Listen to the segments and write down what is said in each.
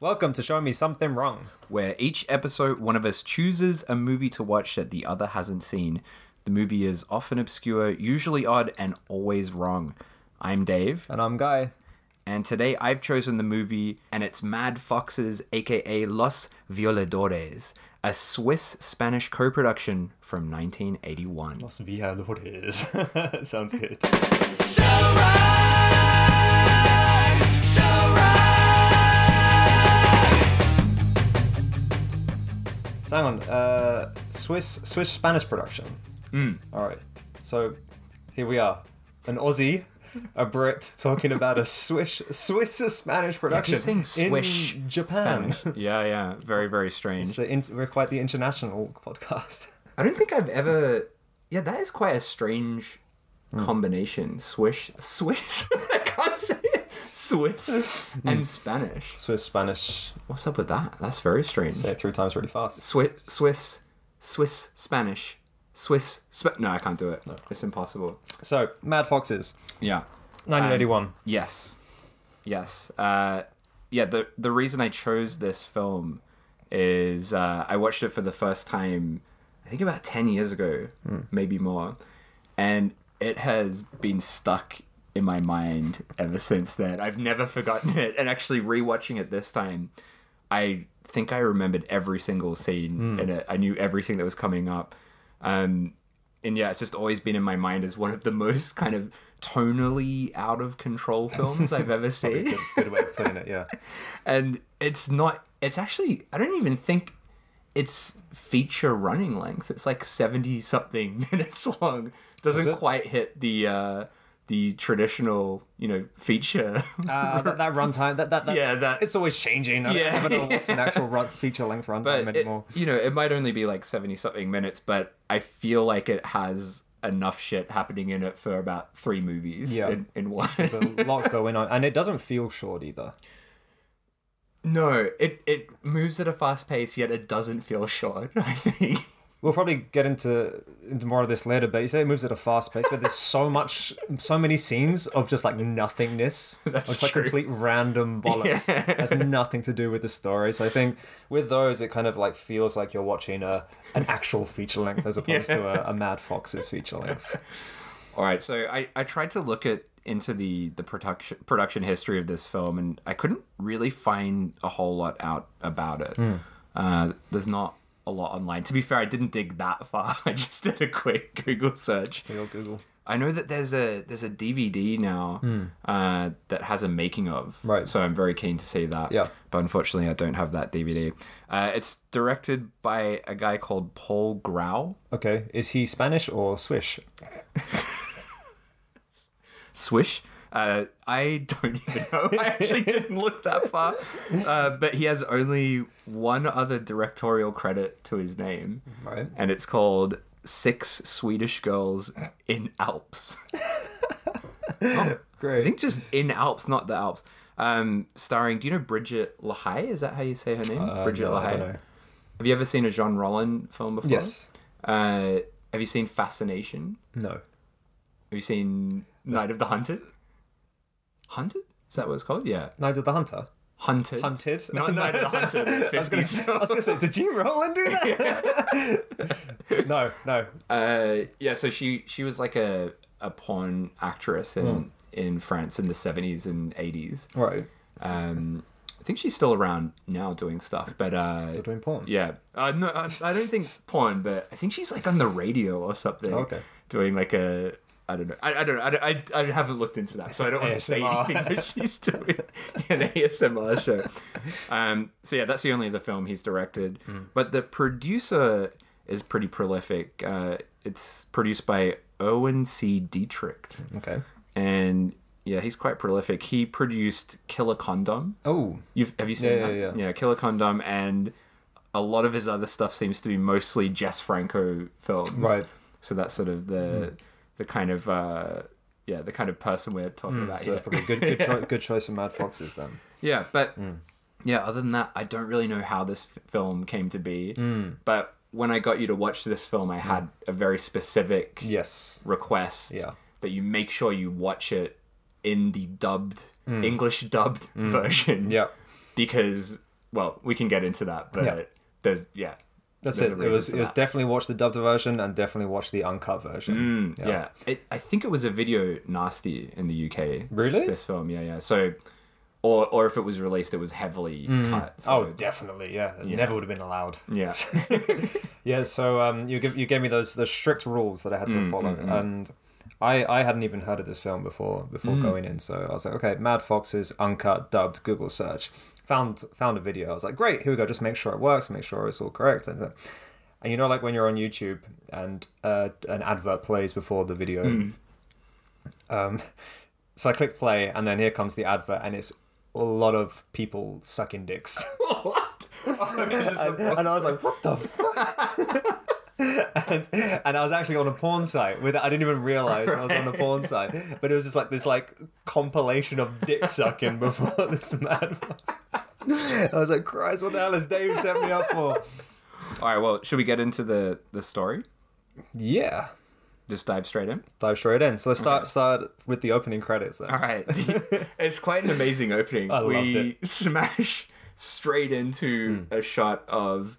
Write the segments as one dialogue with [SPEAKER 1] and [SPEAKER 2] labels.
[SPEAKER 1] Welcome to Show Me Something Wrong.
[SPEAKER 2] where each episode one of us chooses a movie to watch that the other hasn't seen. The movie is often obscure, usually odd, and always wrong. I'm Dave,
[SPEAKER 1] And I'm Guy.
[SPEAKER 2] and today I've chosen the movie, and it's Mad Foxes, aka Los Violadores, a Swiss Spanish co production from 1981.
[SPEAKER 1] Los Villadores. Sounds good.
[SPEAKER 3] So Oh, right, so right.
[SPEAKER 1] So hang on. Uh, Swiss Swiss Spanish production. All right. So here we are. An Aussie, a Brit talking about a Swiss Swiss Spanish production
[SPEAKER 2] Keep saying swish
[SPEAKER 1] in Japan.
[SPEAKER 2] Spanish. Yeah, yeah, very, very strange.
[SPEAKER 1] It's the in- we're quite the international podcast.
[SPEAKER 2] I don't think I've ever. Yeah, that is quite a strange combination. Swish, Swiss. I can't say it. Swiss and Spanish.
[SPEAKER 1] Swiss Spanish.
[SPEAKER 2] What's up with that? That's very strange.
[SPEAKER 1] Say it three times really fast.
[SPEAKER 2] Swiss, Swiss, Swiss Spanish, Swiss. Sp- no, I can't do it. It's impossible.
[SPEAKER 1] So Mad Foxes,
[SPEAKER 2] Yeah.
[SPEAKER 1] 1981.
[SPEAKER 2] Yes. Yes. Uh, yeah, the the reason I chose this film is uh, I watched it for the first time I think about 10 years ago, maybe more. And it has been stuck in my mind ever since then. I've never forgotten it. And actually rewatching it this time, I think I remembered every single scene in it. I knew everything that was coming up. Um, and yeah, it's just always been in my mind as one of the most kind of tonally out of control films I've ever seen.
[SPEAKER 1] good, good way of putting it. Yeah.
[SPEAKER 2] And it's not, it's actually, I don't even think it's feature running length. It's like 70 something minutes long. Doesn't
[SPEAKER 1] it?
[SPEAKER 2] quite hit the, uh, the traditional, you know, feature.
[SPEAKER 1] Uh, that, that runtime, that, that, that
[SPEAKER 2] yeah, that
[SPEAKER 1] it's always changing. I
[SPEAKER 2] Yeah.
[SPEAKER 1] don't even know what's an actual run, feature length runtime
[SPEAKER 2] but it,
[SPEAKER 1] anymore.
[SPEAKER 2] you know it might only be like 70 something minutes but i feel like it has enough shit happening in it for about three movies
[SPEAKER 1] Yeah.
[SPEAKER 2] in, in one
[SPEAKER 1] There's a lot going on, and it doesn't feel short either.
[SPEAKER 2] no it it moves at a fast pace yet it doesn't feel short i think
[SPEAKER 1] We'll probably get into into more of this later, but you say it moves at a fast pace, but there's so much, so many scenes of just like nothingness,
[SPEAKER 2] That's
[SPEAKER 1] of just like
[SPEAKER 2] true.
[SPEAKER 1] complete random bollocks.
[SPEAKER 2] Yeah.
[SPEAKER 1] Has nothing to do with the story. So I think with those, it kind of like feels like you're watching a an actual feature length as opposed to a, a Mad Fox's feature length.
[SPEAKER 2] All right, so I, I tried to look at into the the production production history of this film, and I couldn't really find a whole lot out about it.
[SPEAKER 1] Hmm.
[SPEAKER 2] Uh, there's not a lot online. To be fair, I didn't dig that far. I just did a quick Google search.
[SPEAKER 1] Real Google.
[SPEAKER 2] I know that there's a there's a DVD now uh, that has a making of.
[SPEAKER 1] Hmm. Right.
[SPEAKER 2] So I'm very keen to see that.
[SPEAKER 1] Yeah.
[SPEAKER 2] But unfortunately, I don't have that DVD. Uh, it's directed by a guy called Paul Grau.
[SPEAKER 1] Okay, is he Spanish or Swish?
[SPEAKER 2] Swish. Uh, I don't even know. I actually didn't look that far. Uh, but he has only one other directorial credit to his name,
[SPEAKER 1] Right.
[SPEAKER 2] and it's called Six Swedish Girls in Alps. Oh,
[SPEAKER 1] Great.
[SPEAKER 2] I think just in Alps, not the Alps. Um, starring, do you know Bridget LaHaye? Is that how you say her name?
[SPEAKER 1] Uh,
[SPEAKER 2] Bridget
[SPEAKER 1] no, I
[SPEAKER 2] LaHaye.
[SPEAKER 1] don't know.
[SPEAKER 2] Have you ever seen a John Rollin film before?
[SPEAKER 1] Yes.
[SPEAKER 2] Uh, have you seen Fascination?
[SPEAKER 1] No.
[SPEAKER 2] Have you seen Night of the Hunted? Hunted? Is that what it's called? Yeah.
[SPEAKER 1] Night of the Hunter.
[SPEAKER 2] Hunted.
[SPEAKER 1] Hunted.
[SPEAKER 2] Not Night of the Hunted.
[SPEAKER 1] I was gonna
[SPEAKER 2] 50s.
[SPEAKER 1] say, I was gonna say, did you roll and do that? no, no.
[SPEAKER 2] Uh, yeah, so she she was like a, a porn actress in,
[SPEAKER 1] Hmm.
[SPEAKER 2] in France in the 70s and 80s.
[SPEAKER 1] Right.
[SPEAKER 2] Um, I think she's still around now doing stuff, but uh,
[SPEAKER 1] Still doing porn.
[SPEAKER 2] yeah, uh, no, I, I don't think porn, but I think she's like on the radio or something.
[SPEAKER 1] Okay.
[SPEAKER 2] doing like a I don't know. I, I don't know. I, don't- I, I haven't looked into that, so I don't want to say
[SPEAKER 1] ASMR.
[SPEAKER 2] anything that she's doing an ASMR show. Um, so yeah, that's the only other film he's directed. But the producer is pretty prolific. Uh, it's produced by Owen C. Dietrich,
[SPEAKER 1] Okay.
[SPEAKER 2] and yeah, he's quite prolific. He produced Killer Condom.
[SPEAKER 1] Oh.
[SPEAKER 2] You've have you seen
[SPEAKER 1] Yeah,
[SPEAKER 2] that?
[SPEAKER 1] yeah,
[SPEAKER 2] Killer Condom and a lot of his other stuff seems to be mostly Jess Franco films.
[SPEAKER 1] Right. Hmm.
[SPEAKER 2] So that's sort of the the kind of uh yeah, the kind of person we're talking about
[SPEAKER 1] Hmm, So
[SPEAKER 2] here.
[SPEAKER 1] that's probably a good good, choi- good choice for Mad Foxes then.
[SPEAKER 2] Yeah, but
[SPEAKER 1] Hmm.
[SPEAKER 2] yeah, other than that, I don't really know how this f- film came to be.
[SPEAKER 1] Hmm.
[SPEAKER 2] But when I got you to watch this film, I had a very specific
[SPEAKER 1] Yes.
[SPEAKER 2] request
[SPEAKER 1] Yeah.
[SPEAKER 2] that you make sure you watch
[SPEAKER 1] Hmm.
[SPEAKER 2] it in the dubbed English dubbed version
[SPEAKER 1] Yeah.
[SPEAKER 2] because well, we can get into that, but
[SPEAKER 1] Yeah.
[SPEAKER 2] there's yeah.
[SPEAKER 1] That's
[SPEAKER 2] there's
[SPEAKER 1] it.
[SPEAKER 2] a
[SPEAKER 1] It
[SPEAKER 2] reason
[SPEAKER 1] was
[SPEAKER 2] for
[SPEAKER 1] it was
[SPEAKER 2] that.
[SPEAKER 1] definitely watch the dubbed version and definitely watch the uncut version.
[SPEAKER 2] Mm, yeah. It, I think it was a video nasty in the UK.
[SPEAKER 1] Really?
[SPEAKER 2] This film, yeah, yeah. So, or or if it was released, it was heavily cut. So,
[SPEAKER 1] oh, definitely. Yeah, it never would have been allowed.
[SPEAKER 2] yeah.
[SPEAKER 1] Yeah, so um, you give, you gave me those those strict rules that I had to follow, and I I hadn't even heard of this film before before going in, so I was like, okay, Mad Foxes uncut dubbed Google search, found found a video. I was like, great, here we go. Just make sure it works, make sure it's all correct, and, uh, and you know, like when you're on YouTube and uh, an advert plays before the video. Um, so I click play, and then here comes the advert, and it's a lot of people sucking dicks. and, and I was like, what the fuck? and, and I was actually on a porn site with I didn't even realize I was on a porn site, but it was just like this like compilation of dick sucking before this man was. I was like, Christ, what the hell has Dave set me up for?
[SPEAKER 2] All right. Well, should we get into the the story?
[SPEAKER 1] Yeah.
[SPEAKER 2] Just dive straight in.
[SPEAKER 1] Dive straight in. So let's start start with the opening credits then.
[SPEAKER 2] All right. it's quite an amazing opening.
[SPEAKER 1] I
[SPEAKER 2] we
[SPEAKER 1] loved Mm.
[SPEAKER 2] smash straight into a shot of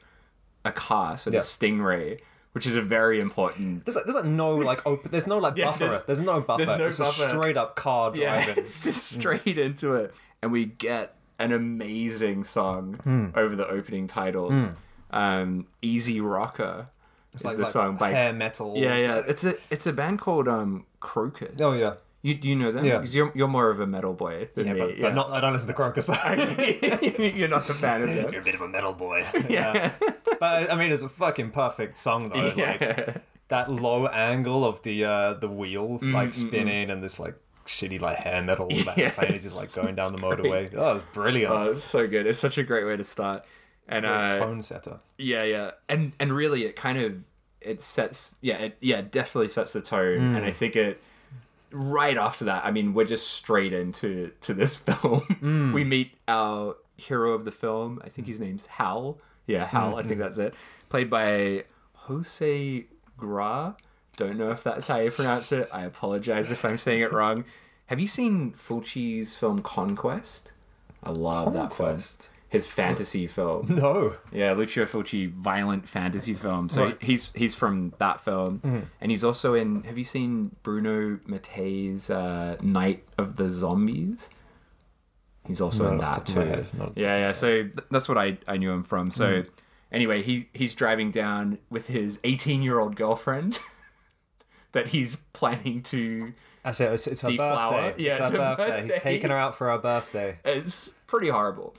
[SPEAKER 2] a car, so
[SPEAKER 1] Yeah.
[SPEAKER 2] the Stingray, which is a very important.
[SPEAKER 1] There's like, there's like no like open there's no like
[SPEAKER 2] Yeah,
[SPEAKER 1] buffer.
[SPEAKER 2] there's-
[SPEAKER 1] There's, no buffer.
[SPEAKER 2] no
[SPEAKER 1] it's
[SPEAKER 2] buffer.
[SPEAKER 1] a straight up car
[SPEAKER 2] Yeah,
[SPEAKER 1] driving.
[SPEAKER 2] it's just straight into it, and we get an amazing song
[SPEAKER 1] Hmm.
[SPEAKER 2] over the opening titles. Um, Easy Rocker is
[SPEAKER 1] like,
[SPEAKER 2] the
[SPEAKER 1] like
[SPEAKER 2] song by
[SPEAKER 1] hair metal.
[SPEAKER 2] Yeah, yeah. It's a it's a band called um Crocus.
[SPEAKER 1] Oh, yeah.
[SPEAKER 2] You do you know them?
[SPEAKER 1] Yeah.
[SPEAKER 2] 'Cause you're you're more of a metal boy than
[SPEAKER 1] Yeah,
[SPEAKER 2] me.
[SPEAKER 1] but,
[SPEAKER 2] yeah.
[SPEAKER 1] but not I don't listen to Crocus though.
[SPEAKER 2] you're not a fan of them.
[SPEAKER 1] You're a bit of a metal boy. Yeah. but I mean, it's a fucking perfect song though. Like, that low angle of the uh, the wheel like spinning and this like shitty like hair metal that
[SPEAKER 2] Yeah.
[SPEAKER 1] plane is just like going down the motorway. Oh, it's brilliant.
[SPEAKER 2] Oh, it's so good. It's such a great way to start. And uh,
[SPEAKER 1] Tone setter.
[SPEAKER 2] yeah, yeah, and and really, it kind of it sets yeah, it yeah it definitely sets the tone. And I think it right after that. I mean, we're just straight into to this film. We meet our hero of the film. I think his name's Hal. Yeah, Hal. I think that's it. Played by Jose Gra. Don't know if that's how you pronounce it. I apologize if I'm saying it wrong. Have you seen Fulci's film Conquest? I love that
[SPEAKER 1] Conquest?
[SPEAKER 2] film. His fantasy film.
[SPEAKER 1] No.
[SPEAKER 2] Yeah, Lucio Fulci, violent fantasy film. So
[SPEAKER 1] Right. Mm-hmm.
[SPEAKER 2] he's he's from that film, and he's also in. Have you seen Bruno Mattei's uh, Night of the Zombies? He's also in
[SPEAKER 1] Not off
[SPEAKER 2] that
[SPEAKER 1] the top of my
[SPEAKER 2] too.
[SPEAKER 1] head, not- Mm-hmm.
[SPEAKER 2] Yeah, yeah. So th- that's what I, I knew him from. So anyway, he he's driving down with his eighteen year old girlfriend that he's planning to.
[SPEAKER 1] I say it's, it's her
[SPEAKER 2] Deflower.
[SPEAKER 1] birthday.
[SPEAKER 2] Yeah,
[SPEAKER 1] it's, her birthday. He's taking her out for her birthday.
[SPEAKER 2] It's pretty horrible,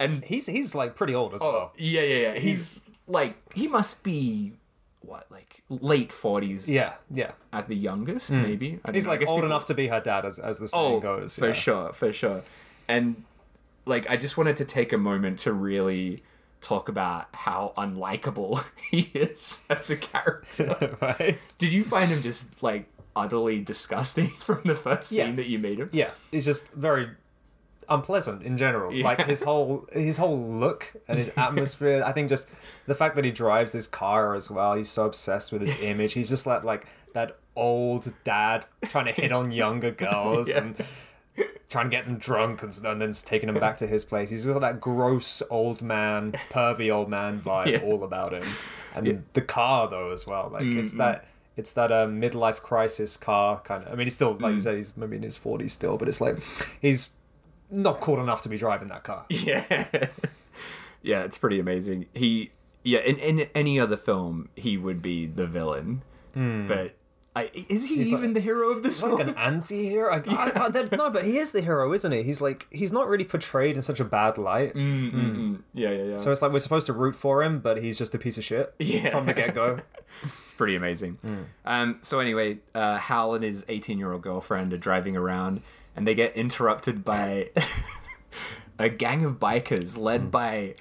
[SPEAKER 2] and
[SPEAKER 1] He's he's like pretty old as
[SPEAKER 2] Oh,
[SPEAKER 1] well.
[SPEAKER 2] yeah, yeah, yeah. He's like he must be what, like late forties
[SPEAKER 1] Yeah, yeah.
[SPEAKER 2] at the youngest,
[SPEAKER 1] Hmm.
[SPEAKER 2] maybe. I don't
[SPEAKER 1] He's
[SPEAKER 2] know. I
[SPEAKER 1] like
[SPEAKER 2] guess
[SPEAKER 1] old
[SPEAKER 2] people-
[SPEAKER 1] enough to be her dad, as as the saying
[SPEAKER 2] Oh,
[SPEAKER 1] goes.
[SPEAKER 2] for
[SPEAKER 1] yeah.
[SPEAKER 2] sure, for sure. And like, I just wanted to take a moment to really talk about how unlikable he is as a character.
[SPEAKER 1] right.
[SPEAKER 2] Did you find him just like utterly disgusting from the first
[SPEAKER 1] Yeah.
[SPEAKER 2] scene that you made him?
[SPEAKER 1] yeah he's just very unpleasant in general like his whole his whole look and his atmosphere i think just the fact that he drives this car as well he's so obsessed with his image he's just like like that old dad trying to hit on younger girls
[SPEAKER 2] Yeah.
[SPEAKER 1] and trying to get them drunk and, s- and then just taking them back to his place he's got that gross old man pervy old man vibe
[SPEAKER 2] Yeah.
[SPEAKER 1] all about him and the car though as well like
[SPEAKER 2] Mm-hmm.
[SPEAKER 1] it's that it's that uh, midlife crisis car kind of i mean he's still
[SPEAKER 2] Mm.
[SPEAKER 1] like you said he's maybe in his 40s still but it's like he's not cool enough to be driving that car
[SPEAKER 2] Yeah. yeah, it's pretty amazing. He yeah, in, in any other film he would be the villain. But I, is he even the hero of this
[SPEAKER 1] Hmm. like
[SPEAKER 2] film?
[SPEAKER 1] an anti-hero I, I, I, that- no but he is the hero isn't he he's like he's not really portrayed in such a bad light
[SPEAKER 2] Mm. yeah, yeah, yeah.
[SPEAKER 1] so it's like we're supposed to root for him but he's just a piece of shit
[SPEAKER 2] Yeah.
[SPEAKER 1] from the get-go
[SPEAKER 2] it's pretty amazing. Um so anyway, uh Hal and his 18-year-old girlfriend are driving around and they get interrupted by a gang of bikers led by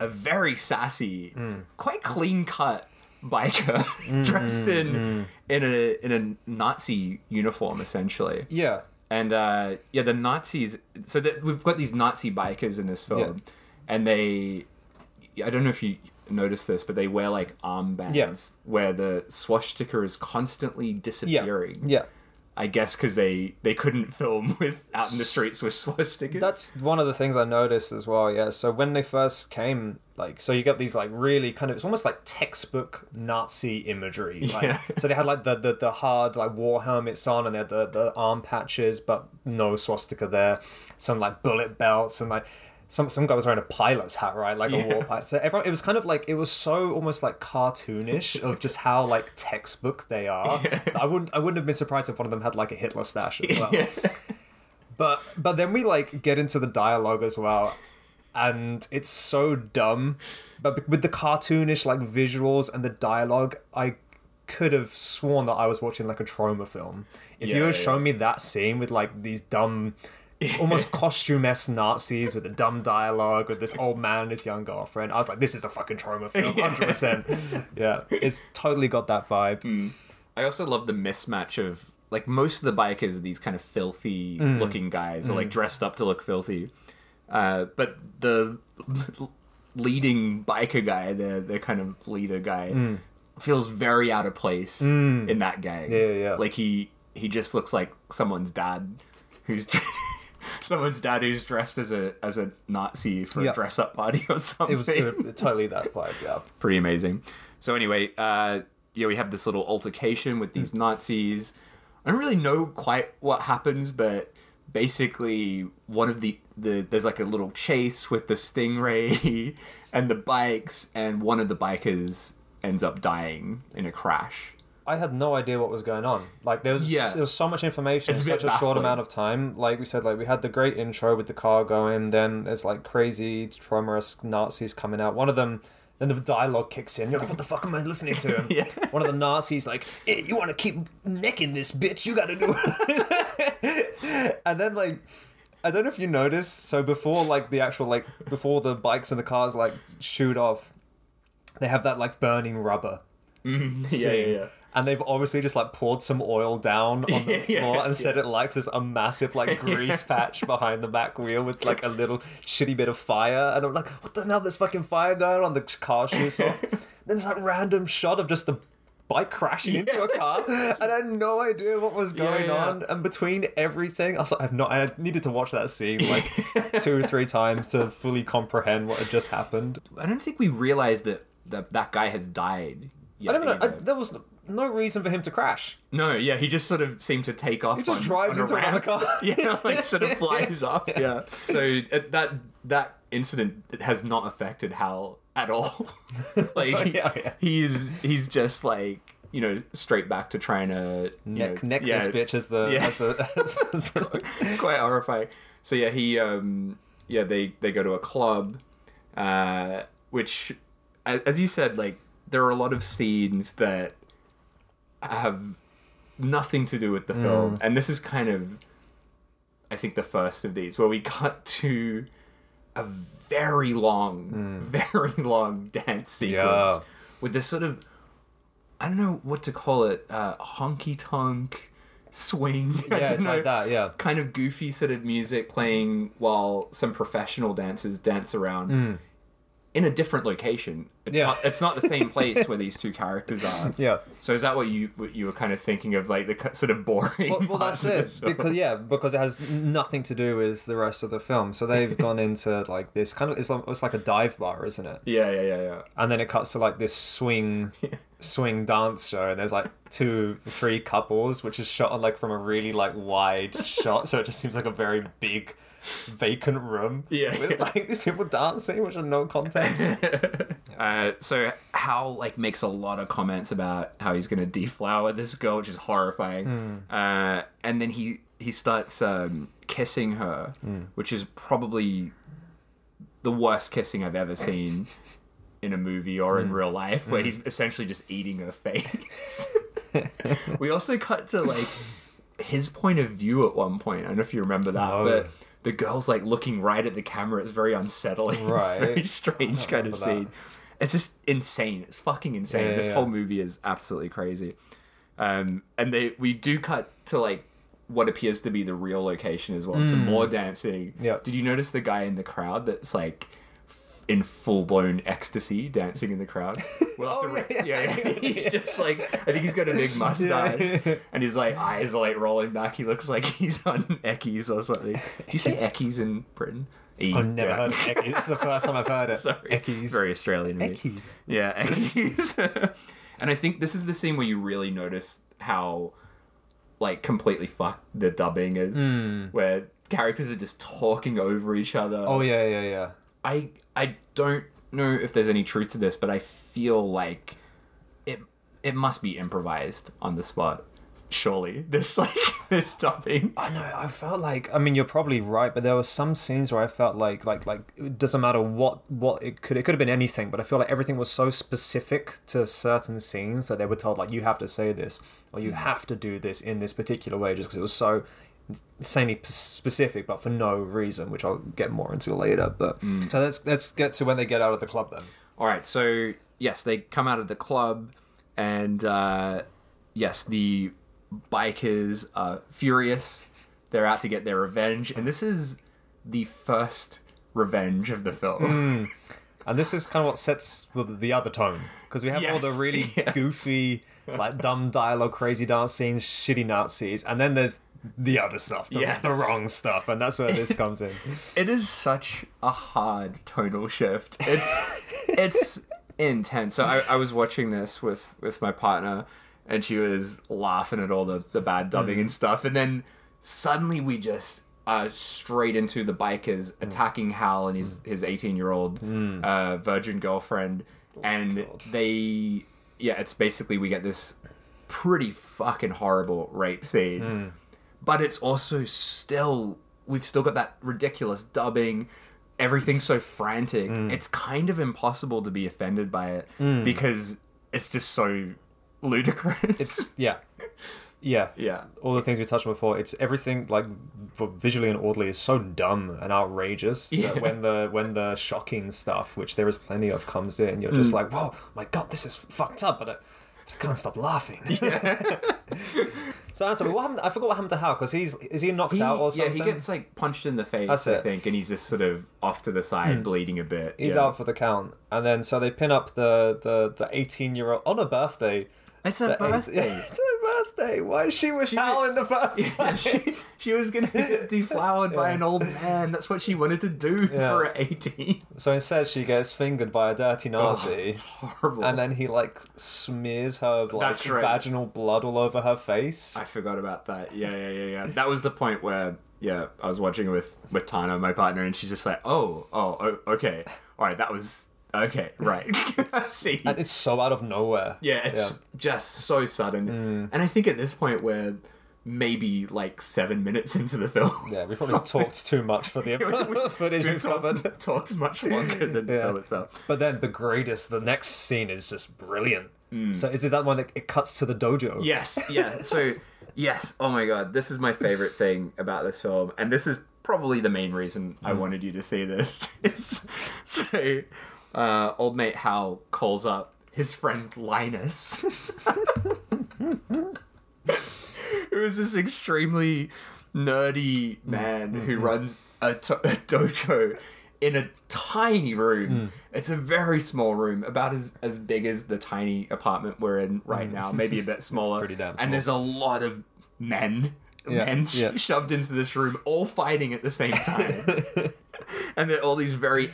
[SPEAKER 2] a very sassy, quite clean cut biker dressed in in a in a Nazi uniform essentially.
[SPEAKER 1] yeah
[SPEAKER 2] and uh, yeah, the Nazis. So that we've got these Nazi bikers in this film, and they. I don't know if you noticed this, but they wear like armbands
[SPEAKER 1] Yeah.
[SPEAKER 2] where the swastika is constantly
[SPEAKER 1] yeah
[SPEAKER 2] disappearing.
[SPEAKER 1] yeah
[SPEAKER 2] I guess because they they couldn't film with out in the streets with swastikas.
[SPEAKER 1] That's one of the things I noticed as well. Yeah. So when they first came, like, so you got these like really kind of it's almost like textbook Nazi imagery. Like,
[SPEAKER 2] Yeah.
[SPEAKER 1] So they had like the, the the hard like war helmets on, and they had the the arm patches, but no swastika there. Some like bullet belts and like. Some, some guy was wearing a pilot's hat, right? Like a war
[SPEAKER 2] Yeah.
[SPEAKER 1] pilot. So everyone, it was kind of like it was so almost like cartoonish of just how like textbook they are. I wouldn't I wouldn't have been surprised if one of them had like a Hitler stash as well. But but then we like get into the dialogue as well, and it's so dumb. But b- with the cartoonish like visuals and the dialogue, I could have sworn that I was watching like a trauma film. If you
[SPEAKER 2] Yeah,
[SPEAKER 1] had
[SPEAKER 2] yeah.
[SPEAKER 1] shown me that scene with like these dumb. Almost costume esque Nazis with the dumb dialogue with this old man and his young girlfriend. I was like, this is a fucking trauma film, 100%. yeah, it's totally got that vibe.
[SPEAKER 2] I also love the mismatch of like most of the bikers are these kind of filthy
[SPEAKER 1] Mm.
[SPEAKER 2] looking guys, or like dressed up to look filthy. Uh, but the leading biker guy, the the kind of leader guy, feels very out of place in that
[SPEAKER 1] Mm.
[SPEAKER 2] gang.
[SPEAKER 1] Yeah, yeah.
[SPEAKER 2] Like he he just looks like someone's dad, who's. Someone's dad who's dressed as a as a Nazi for
[SPEAKER 1] Yeah.
[SPEAKER 2] a dress up party or something
[SPEAKER 1] It was uh, totally that vibe, yeah.
[SPEAKER 2] pretty amazing. So anyway, uh, yeah, we have this little altercation with
[SPEAKER 1] Hmm.
[SPEAKER 2] these Nazis. I don't really know quite what happens, but basically, one of the, the there's like a little chase with the stingray and the bikes, and one of the bikers ends up dying in a crash.
[SPEAKER 1] I had no idea what was going on. Like there was
[SPEAKER 2] Yeah.
[SPEAKER 1] there was so much information
[SPEAKER 2] It's
[SPEAKER 1] in
[SPEAKER 2] a bit
[SPEAKER 1] such a short
[SPEAKER 2] baffling.
[SPEAKER 1] amount of time. Like we said, like we had the great intro with the car going, then there's like crazy traumerous Nazis coming out. One of them then the dialogue kicks in. You're like, what the fuck am I listening to? And
[SPEAKER 2] Yeah.
[SPEAKER 1] One of the Nazis like, "Eh, you want to keep necking this bitch? You got to do it. and then like, I don't know if you noticed. So before like the actual like before the bikes and the cars like shoot off, they have that like burning rubber scene. And they've obviously just like poured some oil down on the
[SPEAKER 2] Yeah,
[SPEAKER 1] floor and said it likes there's a massive like grease patch behind the back wheel with like a little shitty bit of fire. And I'm like, what the hell? There's fucking fire going on. The car shoots off. then there's that random shot of just the bike crashing into a car. And I had no idea what was going
[SPEAKER 2] yeah.
[SPEAKER 1] on. And between everything, I was like, I've not, I needed to watch that scene like two or three times to fully comprehend what had just happened.
[SPEAKER 2] I don't think we realize that that, that guy has died. Yet
[SPEAKER 1] I don't know. I,
[SPEAKER 2] either.
[SPEAKER 1] there was no reason for him to crash.
[SPEAKER 2] no, yeah, he just sort of seemed to take off.
[SPEAKER 1] He just
[SPEAKER 2] on-
[SPEAKER 1] drives
[SPEAKER 2] on a
[SPEAKER 1] into another
[SPEAKER 2] ramp.
[SPEAKER 1] car.
[SPEAKER 2] yeah, like sort of flies up. Yeah. So uh, that that incident has not affected Hal at all. like
[SPEAKER 1] Oh, yeah, yeah.
[SPEAKER 2] he's he's just like you know straight back to trying to you
[SPEAKER 1] neck
[SPEAKER 2] know,
[SPEAKER 1] neck
[SPEAKER 2] yeah,
[SPEAKER 1] this bitch as the
[SPEAKER 2] Yeah.
[SPEAKER 1] as the, as the
[SPEAKER 2] quite horrifying. So yeah, he um yeah they they go to a club, uh which a- as you said like there are a lot of scenes that have nothing to do with the film, and this is kind of I think the first of these where we cut to a very long, very long dance sequence
[SPEAKER 1] Yeah.
[SPEAKER 2] with this sort of I don't know what to call it, uh, honky tonk swing. I
[SPEAKER 1] yeah
[SPEAKER 2] don't
[SPEAKER 1] it's
[SPEAKER 2] know
[SPEAKER 1] like that yeah
[SPEAKER 2] kind of goofy sort of music playing while some professional dancers dance around in a different location. It's
[SPEAKER 1] Mm. Yeah.
[SPEAKER 2] not it's not the same place where these two characters are.
[SPEAKER 1] yeah
[SPEAKER 2] So is that what you what you were kind of thinking of like the cu- sort of boring?
[SPEAKER 1] well, well
[SPEAKER 2] parts
[SPEAKER 1] that's
[SPEAKER 2] of
[SPEAKER 1] it
[SPEAKER 2] this film?
[SPEAKER 1] because yeah because it has nothing to do with the rest of the film so they've gone into like this kind of it's like, it's like a dive bar isn't it
[SPEAKER 2] yeah, yeah, yeah, yeah.
[SPEAKER 1] and then it cuts to like this swing swing dance show and there's like two three couples which is shot on like from a really like wide shot so it just seems like a very big vacant room
[SPEAKER 2] Yeah,
[SPEAKER 1] with
[SPEAKER 2] yeah.
[SPEAKER 1] like these people dancing which are no context
[SPEAKER 2] Uh, so Hal like makes a lot of comments about how he's gonna deflower this girl, which is horrifying.
[SPEAKER 1] Hmm.
[SPEAKER 2] Uh, and then he he starts um, kissing her,
[SPEAKER 1] Hmm.
[SPEAKER 2] which is probably the worst kissing I've ever seen in a movie or
[SPEAKER 1] Hmm.
[SPEAKER 2] in real life, where he's essentially just eating her face. we also cut to like his point of view at one point. I don't know if you remember that,
[SPEAKER 1] No.
[SPEAKER 2] but the girl's like looking right at the camera. It's very unsettling. It's
[SPEAKER 1] Right.
[SPEAKER 2] very strange kind of
[SPEAKER 1] remember that.
[SPEAKER 2] scene. It's just insane. It's fucking insane.
[SPEAKER 1] Yeah, yeah,
[SPEAKER 2] this
[SPEAKER 1] yeah.
[SPEAKER 2] whole movie is absolutely crazy. Um, and they we do cut to like what appears to be the real location as well. Some more dancing.
[SPEAKER 1] Hmm. Yeah.
[SPEAKER 2] Did you notice the guy in the crowd that's like in full blown ecstasy dancing in the crowd? We'll have
[SPEAKER 1] Oh,
[SPEAKER 2] to re-
[SPEAKER 1] yeah,
[SPEAKER 2] yeah, yeah, He's just like, I think he's got a big mustache,
[SPEAKER 1] Yeah.
[SPEAKER 2] and he's like eyes are like rolling back. He looks like he's on Eckies or something. Do you say Eckies in Britain? E,
[SPEAKER 1] I've never
[SPEAKER 2] yeah.
[SPEAKER 1] heard of Eckies. This is the first time I've heard it.
[SPEAKER 2] Sorry,
[SPEAKER 1] Eckies.
[SPEAKER 2] very Australian. of me.
[SPEAKER 1] Eckies.
[SPEAKER 2] Yeah, Eckies. and I think this is the scene where you really notice how like completely fucked the dubbing is, where characters are just talking over each other.
[SPEAKER 1] Hmm. Oh yeah, yeah, yeah.
[SPEAKER 2] I I don't know if there's any truth to this, but I feel like it it must be improvised on the spot. Surely this like this dubbing.
[SPEAKER 1] I know. I felt like I mean you're probably right, but there were some scenes where I felt like like like it doesn't matter what what it could it could have been anything, but I feel like everything was so specific to certain scenes that they were told like you have to say this or you have to do this in this particular way just because it was so insanely p- specific, but for no reason, which I'll get more into later. But so let's let's get to when they get out of the club then.
[SPEAKER 2] All right, so yes, they come out of the club, and uh, yes, the bikers are furious. They're out to get their revenge, and this is the first revenge of the film.
[SPEAKER 1] And this is kind of what sets with the other tone because we have all the
[SPEAKER 2] Yes,
[SPEAKER 1] really
[SPEAKER 2] yes.
[SPEAKER 1] goofy, like dumb dialogue, crazy dance scenes, shitty Nazis, and then there's the other stuff, the,
[SPEAKER 2] Yes.
[SPEAKER 1] the wrong stuff, and that's where this comes in.
[SPEAKER 2] It is such a hard tonal shift. It's it's intense. So I, I was watching this with with my partner, and she was laughing at all the the bad dubbing and stuff. And then suddenly we just are straight into the bikers attacking Hal and his his eighteen year old uh, virgin girlfriend, and they yeah, it's basically we get this pretty fucking horrible rape scene but it's also still we've still got that ridiculous dubbing everything's so frantic it's kind of impossible to be offended by it because it's just so ludicrous it's
[SPEAKER 1] Yeah, yeah,
[SPEAKER 2] yeah
[SPEAKER 1] All the things we touched on before, it's everything like v- visually and audibly is so dumb and outrageous
[SPEAKER 2] Yeah.
[SPEAKER 1] that when the when the shocking stuff, which there is plenty of, comes in, you're
[SPEAKER 2] Mm.
[SPEAKER 1] just like, whoa, my god, this is fucked up, but I, but I can't stop laughing. so answer, what happened? I forgot what happened to Hal because he's is he knocked
[SPEAKER 2] he,
[SPEAKER 1] out or
[SPEAKER 2] yeah
[SPEAKER 1] something?
[SPEAKER 2] he gets like punched in the face
[SPEAKER 1] That's
[SPEAKER 2] i
[SPEAKER 1] it.
[SPEAKER 2] think and he's just sort of off to the side bleeding a bit
[SPEAKER 1] He's
[SPEAKER 2] yeah.
[SPEAKER 1] out for the count, and then so they pin up the the the eighteen year old on a birthday.
[SPEAKER 2] it's a
[SPEAKER 1] The eight-
[SPEAKER 2] birthday
[SPEAKER 1] it's her birthday. Why is she with Hal in the first place?
[SPEAKER 2] she, she was gonna get deflowered by an old man that's what she wanted to do
[SPEAKER 1] Yeah.
[SPEAKER 2] for 18
[SPEAKER 1] So instead, she gets fingered by a
[SPEAKER 2] Oh.
[SPEAKER 1] dirty Nazi.
[SPEAKER 2] it's horrible
[SPEAKER 1] and then he like smears her with, like
[SPEAKER 2] That's right.
[SPEAKER 1] vaginal blood all over her face.
[SPEAKER 2] I forgot about that. Yeah, yeah, yeah, yeah. That was the point where yeah, I was watching it with with Tana, my partner, and she's just like, "Oh, oh, o- okay, all right, that was okay, right." See,
[SPEAKER 1] and it's so out of nowhere.
[SPEAKER 2] yeah, it's just so sudden,
[SPEAKER 1] Mm.
[SPEAKER 2] and I think at this point we're maybe like seven minutes into the film.
[SPEAKER 1] yeah. We probably talked too much for the amount of footage we've
[SPEAKER 2] We've
[SPEAKER 1] covered.
[SPEAKER 2] talked, talked much longer than the
[SPEAKER 1] Yeah.
[SPEAKER 2] film itself.
[SPEAKER 1] But then the greatest, the next scene is just brilliant. So is it that one that it cuts to the dojo?
[SPEAKER 2] Yes, Mm. yeah. So, yes. Oh my god, this is my favorite thing about this film, and this is probably the main reason I wanted you to see this. It's- so, uh, old mate Hal calls up his friend Linus. It was this extremely nerdy man who
[SPEAKER 1] Mm-hmm.
[SPEAKER 2] runs a, to- a dojo in a tiny
[SPEAKER 1] Mm.
[SPEAKER 2] room. It's a very small room, about as, as big as the tiny apartment we're in right now, maybe a bit smaller.
[SPEAKER 1] Mm. pretty damn small.
[SPEAKER 2] And there's a lot of men.
[SPEAKER 1] Yeah,
[SPEAKER 2] Men sh-
[SPEAKER 1] yeah.
[SPEAKER 2] shoved into this room, all fighting at the same time, and they're all these very,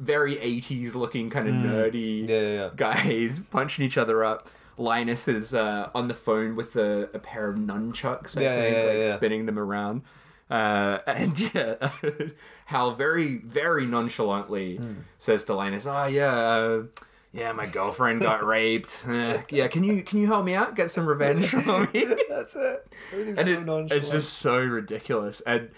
[SPEAKER 2] very '80s looking kind of nerdy,
[SPEAKER 1] Mm. Yeah, yeah, yeah.
[SPEAKER 2] guys punching each other up. Linus is uh, on the phone with a, a pair of nunchucks, I
[SPEAKER 1] Yeah,
[SPEAKER 2] think,
[SPEAKER 1] yeah,
[SPEAKER 2] like
[SPEAKER 1] yeah.
[SPEAKER 2] spinning them around. Uh, and yeah, Hal very, very nonchalantly
[SPEAKER 1] Hmm.
[SPEAKER 2] says to Linus, "Ah, yeah, uh, yeah, my girlfriend got raped. Uh, yeah, can you can you help me out? Get some revenge for me."
[SPEAKER 1] That's it. Everything's
[SPEAKER 2] and
[SPEAKER 1] so
[SPEAKER 2] it-
[SPEAKER 1] nonchalant.
[SPEAKER 2] it's just so ridiculous and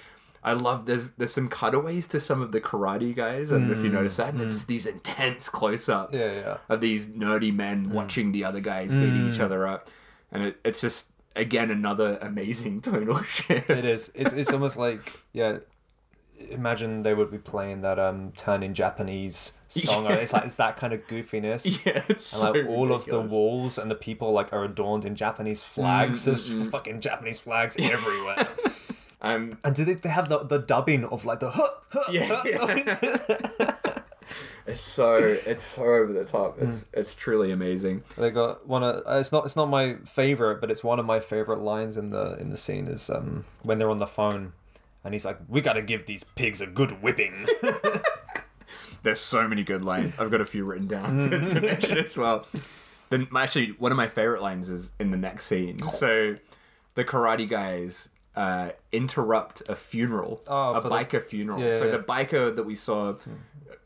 [SPEAKER 2] I love there's there's some cutaways to some of the karate guys. I don't know if you notice that, and it's just these intense close-ups
[SPEAKER 1] Mm. Yeah, yeah. Mm.
[SPEAKER 2] of these nerdy men watching the other guys beating each other up, and it, it's just again another amazing tonal shift.
[SPEAKER 1] It is. It's it's almost like yeah. Imagine they would be playing that um turning Japanese song. or It's like it's that kind of goofiness.
[SPEAKER 2] Yeah, it's
[SPEAKER 1] and like
[SPEAKER 2] so
[SPEAKER 1] all of the
[SPEAKER 2] ridiculous.
[SPEAKER 1] walls and the people like are adorned in Japanese flags. There's
[SPEAKER 2] Mm-hmm.
[SPEAKER 1] fucking Japanese flags everywhere.
[SPEAKER 2] Um,
[SPEAKER 1] and do they, they have the, the dubbing of like the huh, huh,
[SPEAKER 2] Yeah,
[SPEAKER 1] huh
[SPEAKER 2] yeah.
[SPEAKER 1] noises?
[SPEAKER 2] It's so it's so over the top.
[SPEAKER 1] Mm.
[SPEAKER 2] It's it's truly amazing.
[SPEAKER 1] They got one of uh, it's not it's not my favorite, but it's one of my favorite lines in the in the scene is um, when they're on the phone, and he's like, "We gotta give these pigs a good whipping."
[SPEAKER 2] There's so many good lines. I've got a few written down to, to mention as well. Then my- actually, one of my favorite lines is in the next scene.
[SPEAKER 1] Oh.
[SPEAKER 2] So the karate guys uh, interrupt a funeral,
[SPEAKER 1] Oh,
[SPEAKER 2] a
[SPEAKER 1] for the-
[SPEAKER 2] biker funeral.
[SPEAKER 1] Yeah,
[SPEAKER 2] so
[SPEAKER 1] yeah.
[SPEAKER 2] the biker that we saw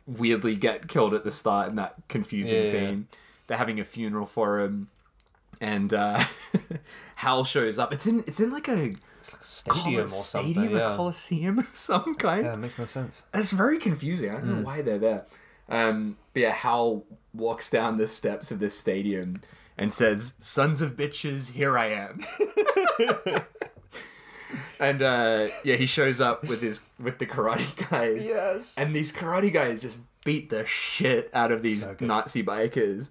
[SPEAKER 2] weirdly get killed at the start in that confusing
[SPEAKER 1] Yeah, yeah.
[SPEAKER 2] scene. They're having a funeral for him, and uh, Hal shows up. It's in it's in like a
[SPEAKER 1] It's like a stadium
[SPEAKER 2] col-
[SPEAKER 1] or something.
[SPEAKER 2] stadium, a
[SPEAKER 1] yeah.
[SPEAKER 2] coliseum of some kind.
[SPEAKER 1] yeah, it makes no sense.
[SPEAKER 2] It's very confusing. I don't know why they're there. Um, but yeah, Hal walks down the steps of this stadium and says, "Sons of bitches, here I am." and uh, yeah, he shows up with his with the karate guys.
[SPEAKER 1] Yes.
[SPEAKER 2] And these karate guys just beat the shit out of these
[SPEAKER 1] So good.
[SPEAKER 2] Nazi bikers.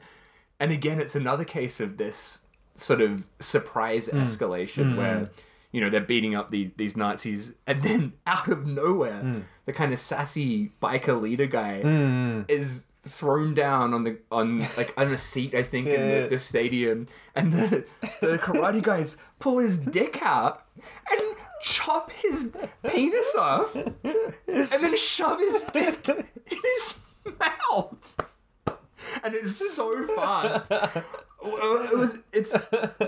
[SPEAKER 2] And again, it's another case of this sort of surprise
[SPEAKER 1] Hmm.
[SPEAKER 2] escalation where, you know, they're beating up the, these Nazis. And then out of nowhere,
[SPEAKER 1] Hmm.
[SPEAKER 2] the kind of sassy biker leader guy
[SPEAKER 1] Hmm.
[SPEAKER 2] is thrown down on the on like on a seat I think in
[SPEAKER 1] Yeah.
[SPEAKER 2] the, the stadium and the the karate guys pull his dick out and chop his penis off and then shove his dick in his mouth. And it's so fast. It was it's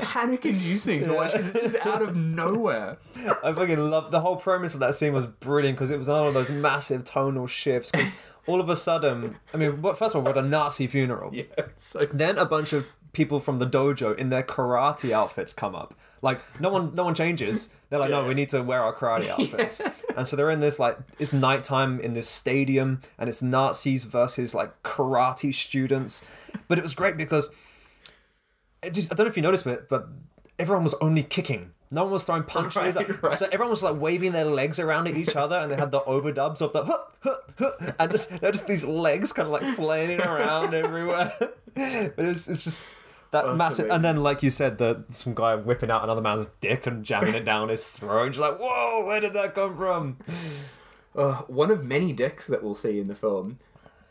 [SPEAKER 2] panic inducing to watch because it's just out of nowhere.
[SPEAKER 1] I fucking love the whole premise of that scene was brilliant because it was another of those massive tonal shifts. Because all of a sudden, I mean, what, first of all, we're at a Nazi funeral.
[SPEAKER 2] Yeah, it's so
[SPEAKER 1] Then a bunch of people from the dojo in their karate outfits come up. Like no one, no one changes. They're like, no, we need to wear our karate outfits. And so they're in this like it's nighttime in this stadium, and it's Nazis versus like karate students. But it was great because it just, I don't know if you noticed it, but everyone was only kicking. No one was throwing punches.
[SPEAKER 2] Right, right.
[SPEAKER 1] So everyone was like waving their legs around at each other, and they had the overdubs of the huh, huh, huh, and just they're just these legs kind of like flailing around everywhere. But it's it's just that
[SPEAKER 2] that's
[SPEAKER 1] massive.
[SPEAKER 2] amazing.
[SPEAKER 1] And then, like you said, the some guy whipping out another man's dick and jamming it down his throat. And just like, whoa, where did that come from?
[SPEAKER 2] uh, one of many dicks that we'll see in the film.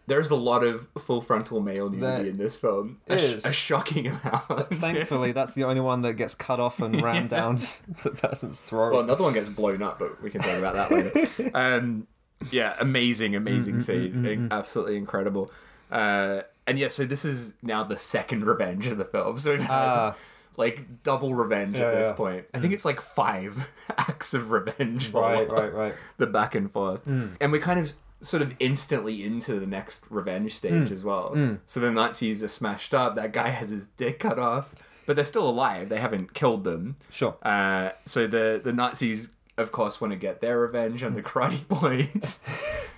[SPEAKER 2] There's a lot of full frontal male
[SPEAKER 1] There
[SPEAKER 2] nudity in this film. A, sh-
[SPEAKER 1] is.
[SPEAKER 2] a shocking amount.
[SPEAKER 1] Thankfully, that's the only one that gets cut off and rammed down the person's throat.
[SPEAKER 2] Well, another one gets blown up, but we can talk about that later. Um, yeah, amazing,
[SPEAKER 1] Mm-hmm,
[SPEAKER 2] amazing scene, absolutely incredible. Uh, and yeah, so this is now the second revenge of the film. So we've had
[SPEAKER 1] Ah.
[SPEAKER 2] like double revenge at
[SPEAKER 1] Yeah,
[SPEAKER 2] this
[SPEAKER 1] yeah. Mm.
[SPEAKER 2] point. I think it's like five acts of revenge.
[SPEAKER 1] right, right, Mm. right.
[SPEAKER 2] The back and forth, and we're kind of sort of instantly into the next revenge stage
[SPEAKER 1] Mm.
[SPEAKER 2] as well. So the Nazis are smashed up. That guy has his dick cut off, but they're still alive. They haven't killed them.
[SPEAKER 1] Sure.
[SPEAKER 2] Uh, so the the Nazis, of course, want to get their revenge on the Karate Boys.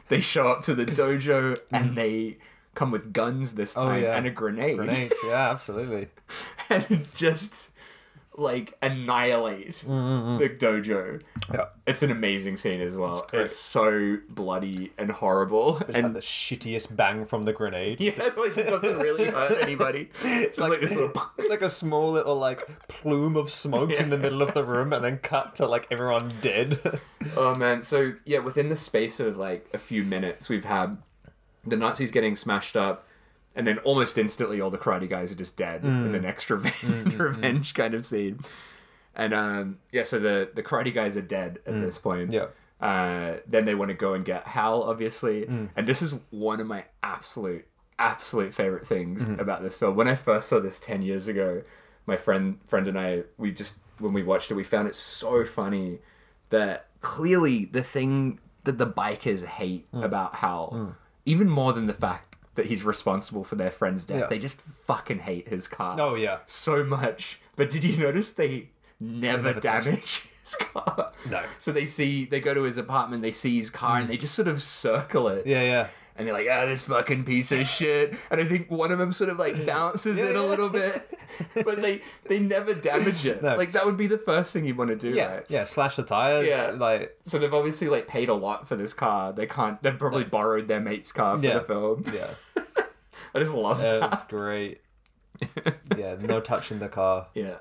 [SPEAKER 2] they show up to the dojo and they come with guns this time
[SPEAKER 1] yeah.
[SPEAKER 2] and a Oh, grenade,
[SPEAKER 1] Grenades, yeah, absolutely.
[SPEAKER 2] and just like annihilate the dojo.
[SPEAKER 1] Yeah.
[SPEAKER 2] It's an amazing scene as well.
[SPEAKER 1] great.
[SPEAKER 2] mm, It's so bloody and horrible,
[SPEAKER 1] and
[SPEAKER 2] and
[SPEAKER 1] the shittiest bang from the grenade.
[SPEAKER 2] yeah, it doesn't really hurt anybody. It's like, this little.
[SPEAKER 1] It's like a small little like plume of smoke in the middle of the room, and then cut to like everyone dead.
[SPEAKER 2] Oh man, so yeah, within the space of like a few minutes, we've had the Nazis getting smashed up, and then almost instantly, all the karate guys are just dead in the next revenge, revenge kind of scene. And um, yeah, so the the karate guys are dead at this point.
[SPEAKER 1] Yeah.
[SPEAKER 2] Uh, then they want to go and get Hal, obviously, and this is one of my absolute absolute favorite things about this film. When I first saw this ten years ago, my friend friend and I we just when we watched it, we found it so funny that clearly the thing that the bikers hate about Hal, even more than the fact that he's responsible for their friend's death,
[SPEAKER 1] Yeah.
[SPEAKER 2] they just fucking hate his car
[SPEAKER 1] Oh, yeah.
[SPEAKER 2] so much. But did you notice they never,
[SPEAKER 1] never touch
[SPEAKER 2] damage his car?
[SPEAKER 1] No.
[SPEAKER 2] So they see they go to his apartment, they see his car, and they just sort of circle it.
[SPEAKER 1] Yeah, yeah.
[SPEAKER 2] And they're like, "Ah, this fucking piece of shit." And I think one of them sort of like bounces it
[SPEAKER 1] yeah.
[SPEAKER 2] a little bit, but they they never damage it.
[SPEAKER 1] No.
[SPEAKER 2] Like that would be the first thing you want to do,
[SPEAKER 1] Yeah,
[SPEAKER 2] right?
[SPEAKER 1] yeah. Slash the tires.
[SPEAKER 2] Yeah.
[SPEAKER 1] like
[SPEAKER 2] So they've obviously like paid a lot for this car. They can't. They've probably borrowed their mate's car for
[SPEAKER 1] Yeah.
[SPEAKER 2] the film.
[SPEAKER 1] yeah,
[SPEAKER 2] I just love
[SPEAKER 1] yeah,
[SPEAKER 2] that.
[SPEAKER 1] it's great. Yeah, no touching the car.
[SPEAKER 2] Yeah.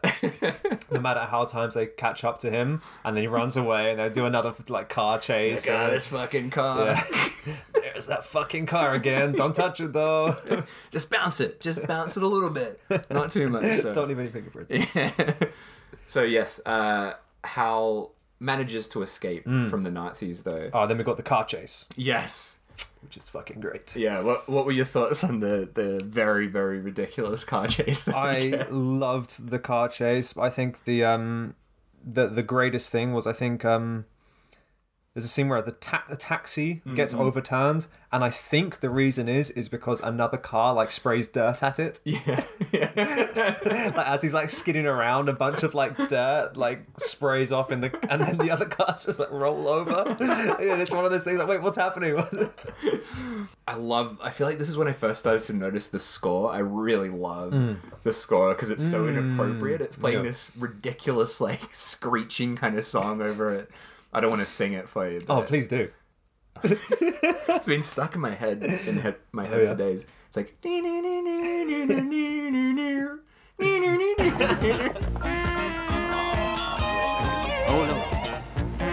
[SPEAKER 1] No matter how times they catch up to him, and then he runs away, and they do another like car chase.
[SPEAKER 2] God,
[SPEAKER 1] and-
[SPEAKER 2] this fucking "Ah, car.
[SPEAKER 1] Yeah. there's that fucking car again. Don't touch it though.
[SPEAKER 2] Just bounce it. Just bounce it a little bit. Not too much. So.
[SPEAKER 1] Don't leave any fingerprints.
[SPEAKER 2] so yes, uh, Hal manages to escape from the Nazis though.
[SPEAKER 1] Oh, then we got the car chase,
[SPEAKER 2] Yes.
[SPEAKER 1] which is fucking great.
[SPEAKER 2] Yeah. What What were your thoughts on the the very very ridiculous car chase? That we
[SPEAKER 1] I
[SPEAKER 2] get?
[SPEAKER 1] loved the car chase. I think the um the the greatest thing was I think um there's a scene where the, ta- the taxi gets overturned, and I think the reason is is because another car like sprays dirt at it.
[SPEAKER 2] Yeah. yeah.
[SPEAKER 1] Like as he's like skidding around, a bunch of like dirt like sprays off in the, and then the other cars just like roll over. and it's one of those things like, wait, what's happening?
[SPEAKER 2] I love. I feel like this is when I first started to notice the score. I really love the score because it's so inappropriate. It's playing
[SPEAKER 1] Yeah.
[SPEAKER 2] this ridiculous, like screeching kind of song over it. I don't want to sing it for you.
[SPEAKER 1] oh,
[SPEAKER 2] but
[SPEAKER 1] please do.
[SPEAKER 2] It's been stuck in my head, in head, my head
[SPEAKER 1] Oh, yeah.
[SPEAKER 2] for days. It's like. yeah,
[SPEAKER 3] Oh no.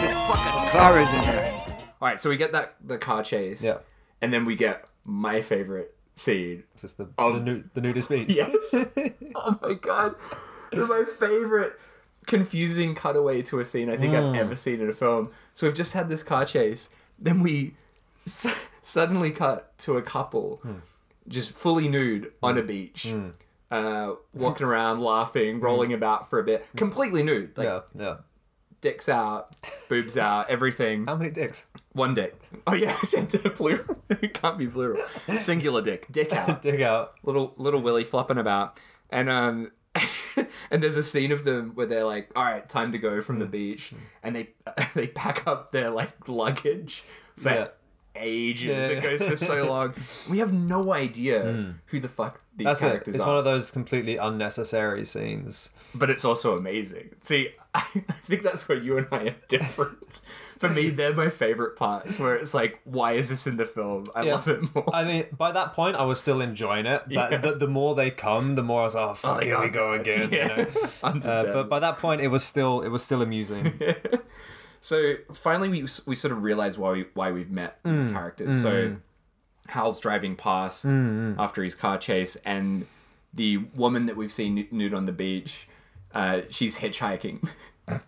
[SPEAKER 3] This fucking car is in there.
[SPEAKER 2] All right, so we get that the car chase.
[SPEAKER 1] Yeah.
[SPEAKER 2] and then we get my favorite scene.
[SPEAKER 1] It's just the
[SPEAKER 2] Oh.
[SPEAKER 1] the, new, the nudist beach.
[SPEAKER 2] Yes. oh my god. They're my favorite confusing cutaway to a scene I think I've ever seen in a film. So we've just had this car chase, then we s- suddenly cut to a couple just fully nude on a beach. Uh, walking around, laughing, rolling about for a bit, completely nude, like
[SPEAKER 1] yeah, yeah.
[SPEAKER 2] dicks out, boobs out, everything.
[SPEAKER 1] How many dicks?
[SPEAKER 2] One dick. Oh yeah, I said the plural. it can't be plural. Singular dick, dick out
[SPEAKER 1] Dig out.
[SPEAKER 2] little little Willy flopping about, and um, and there's a scene of them where they're like, "All right, time to go
[SPEAKER 1] Mm.
[SPEAKER 2] from the beach," and they they pack up their like luggage for
[SPEAKER 1] Yeah.
[SPEAKER 2] ages.
[SPEAKER 1] Yeah. Mm.
[SPEAKER 2] It goes for so long. We have no idea who the fuck these
[SPEAKER 1] That's it.
[SPEAKER 2] characters
[SPEAKER 1] It's
[SPEAKER 2] are,
[SPEAKER 1] one of those completely unnecessary scenes.
[SPEAKER 2] but it's also amazing. See, I, I think that's where you and I are different. for me, they're my favorite parts where it's like, "Why is this in the film?" I
[SPEAKER 1] Yeah.
[SPEAKER 2] love it more.
[SPEAKER 1] I mean, by that point, I was still enjoying it, but
[SPEAKER 2] Yeah.
[SPEAKER 1] the, the more they come, the more I was like, oh, fuck,
[SPEAKER 2] yeah,
[SPEAKER 1] here we go again. you know? Uh,
[SPEAKER 2] Understandable.
[SPEAKER 1] but by that point, it was still it was still amusing.
[SPEAKER 2] So finally, we we sort of realize why we, why we've met these
[SPEAKER 1] Mm,
[SPEAKER 2] characters. So Hal's driving past
[SPEAKER 1] mm.
[SPEAKER 2] after his car chase, and the woman that we've seen nu- nude on the beach, uh, she's hitchhiking,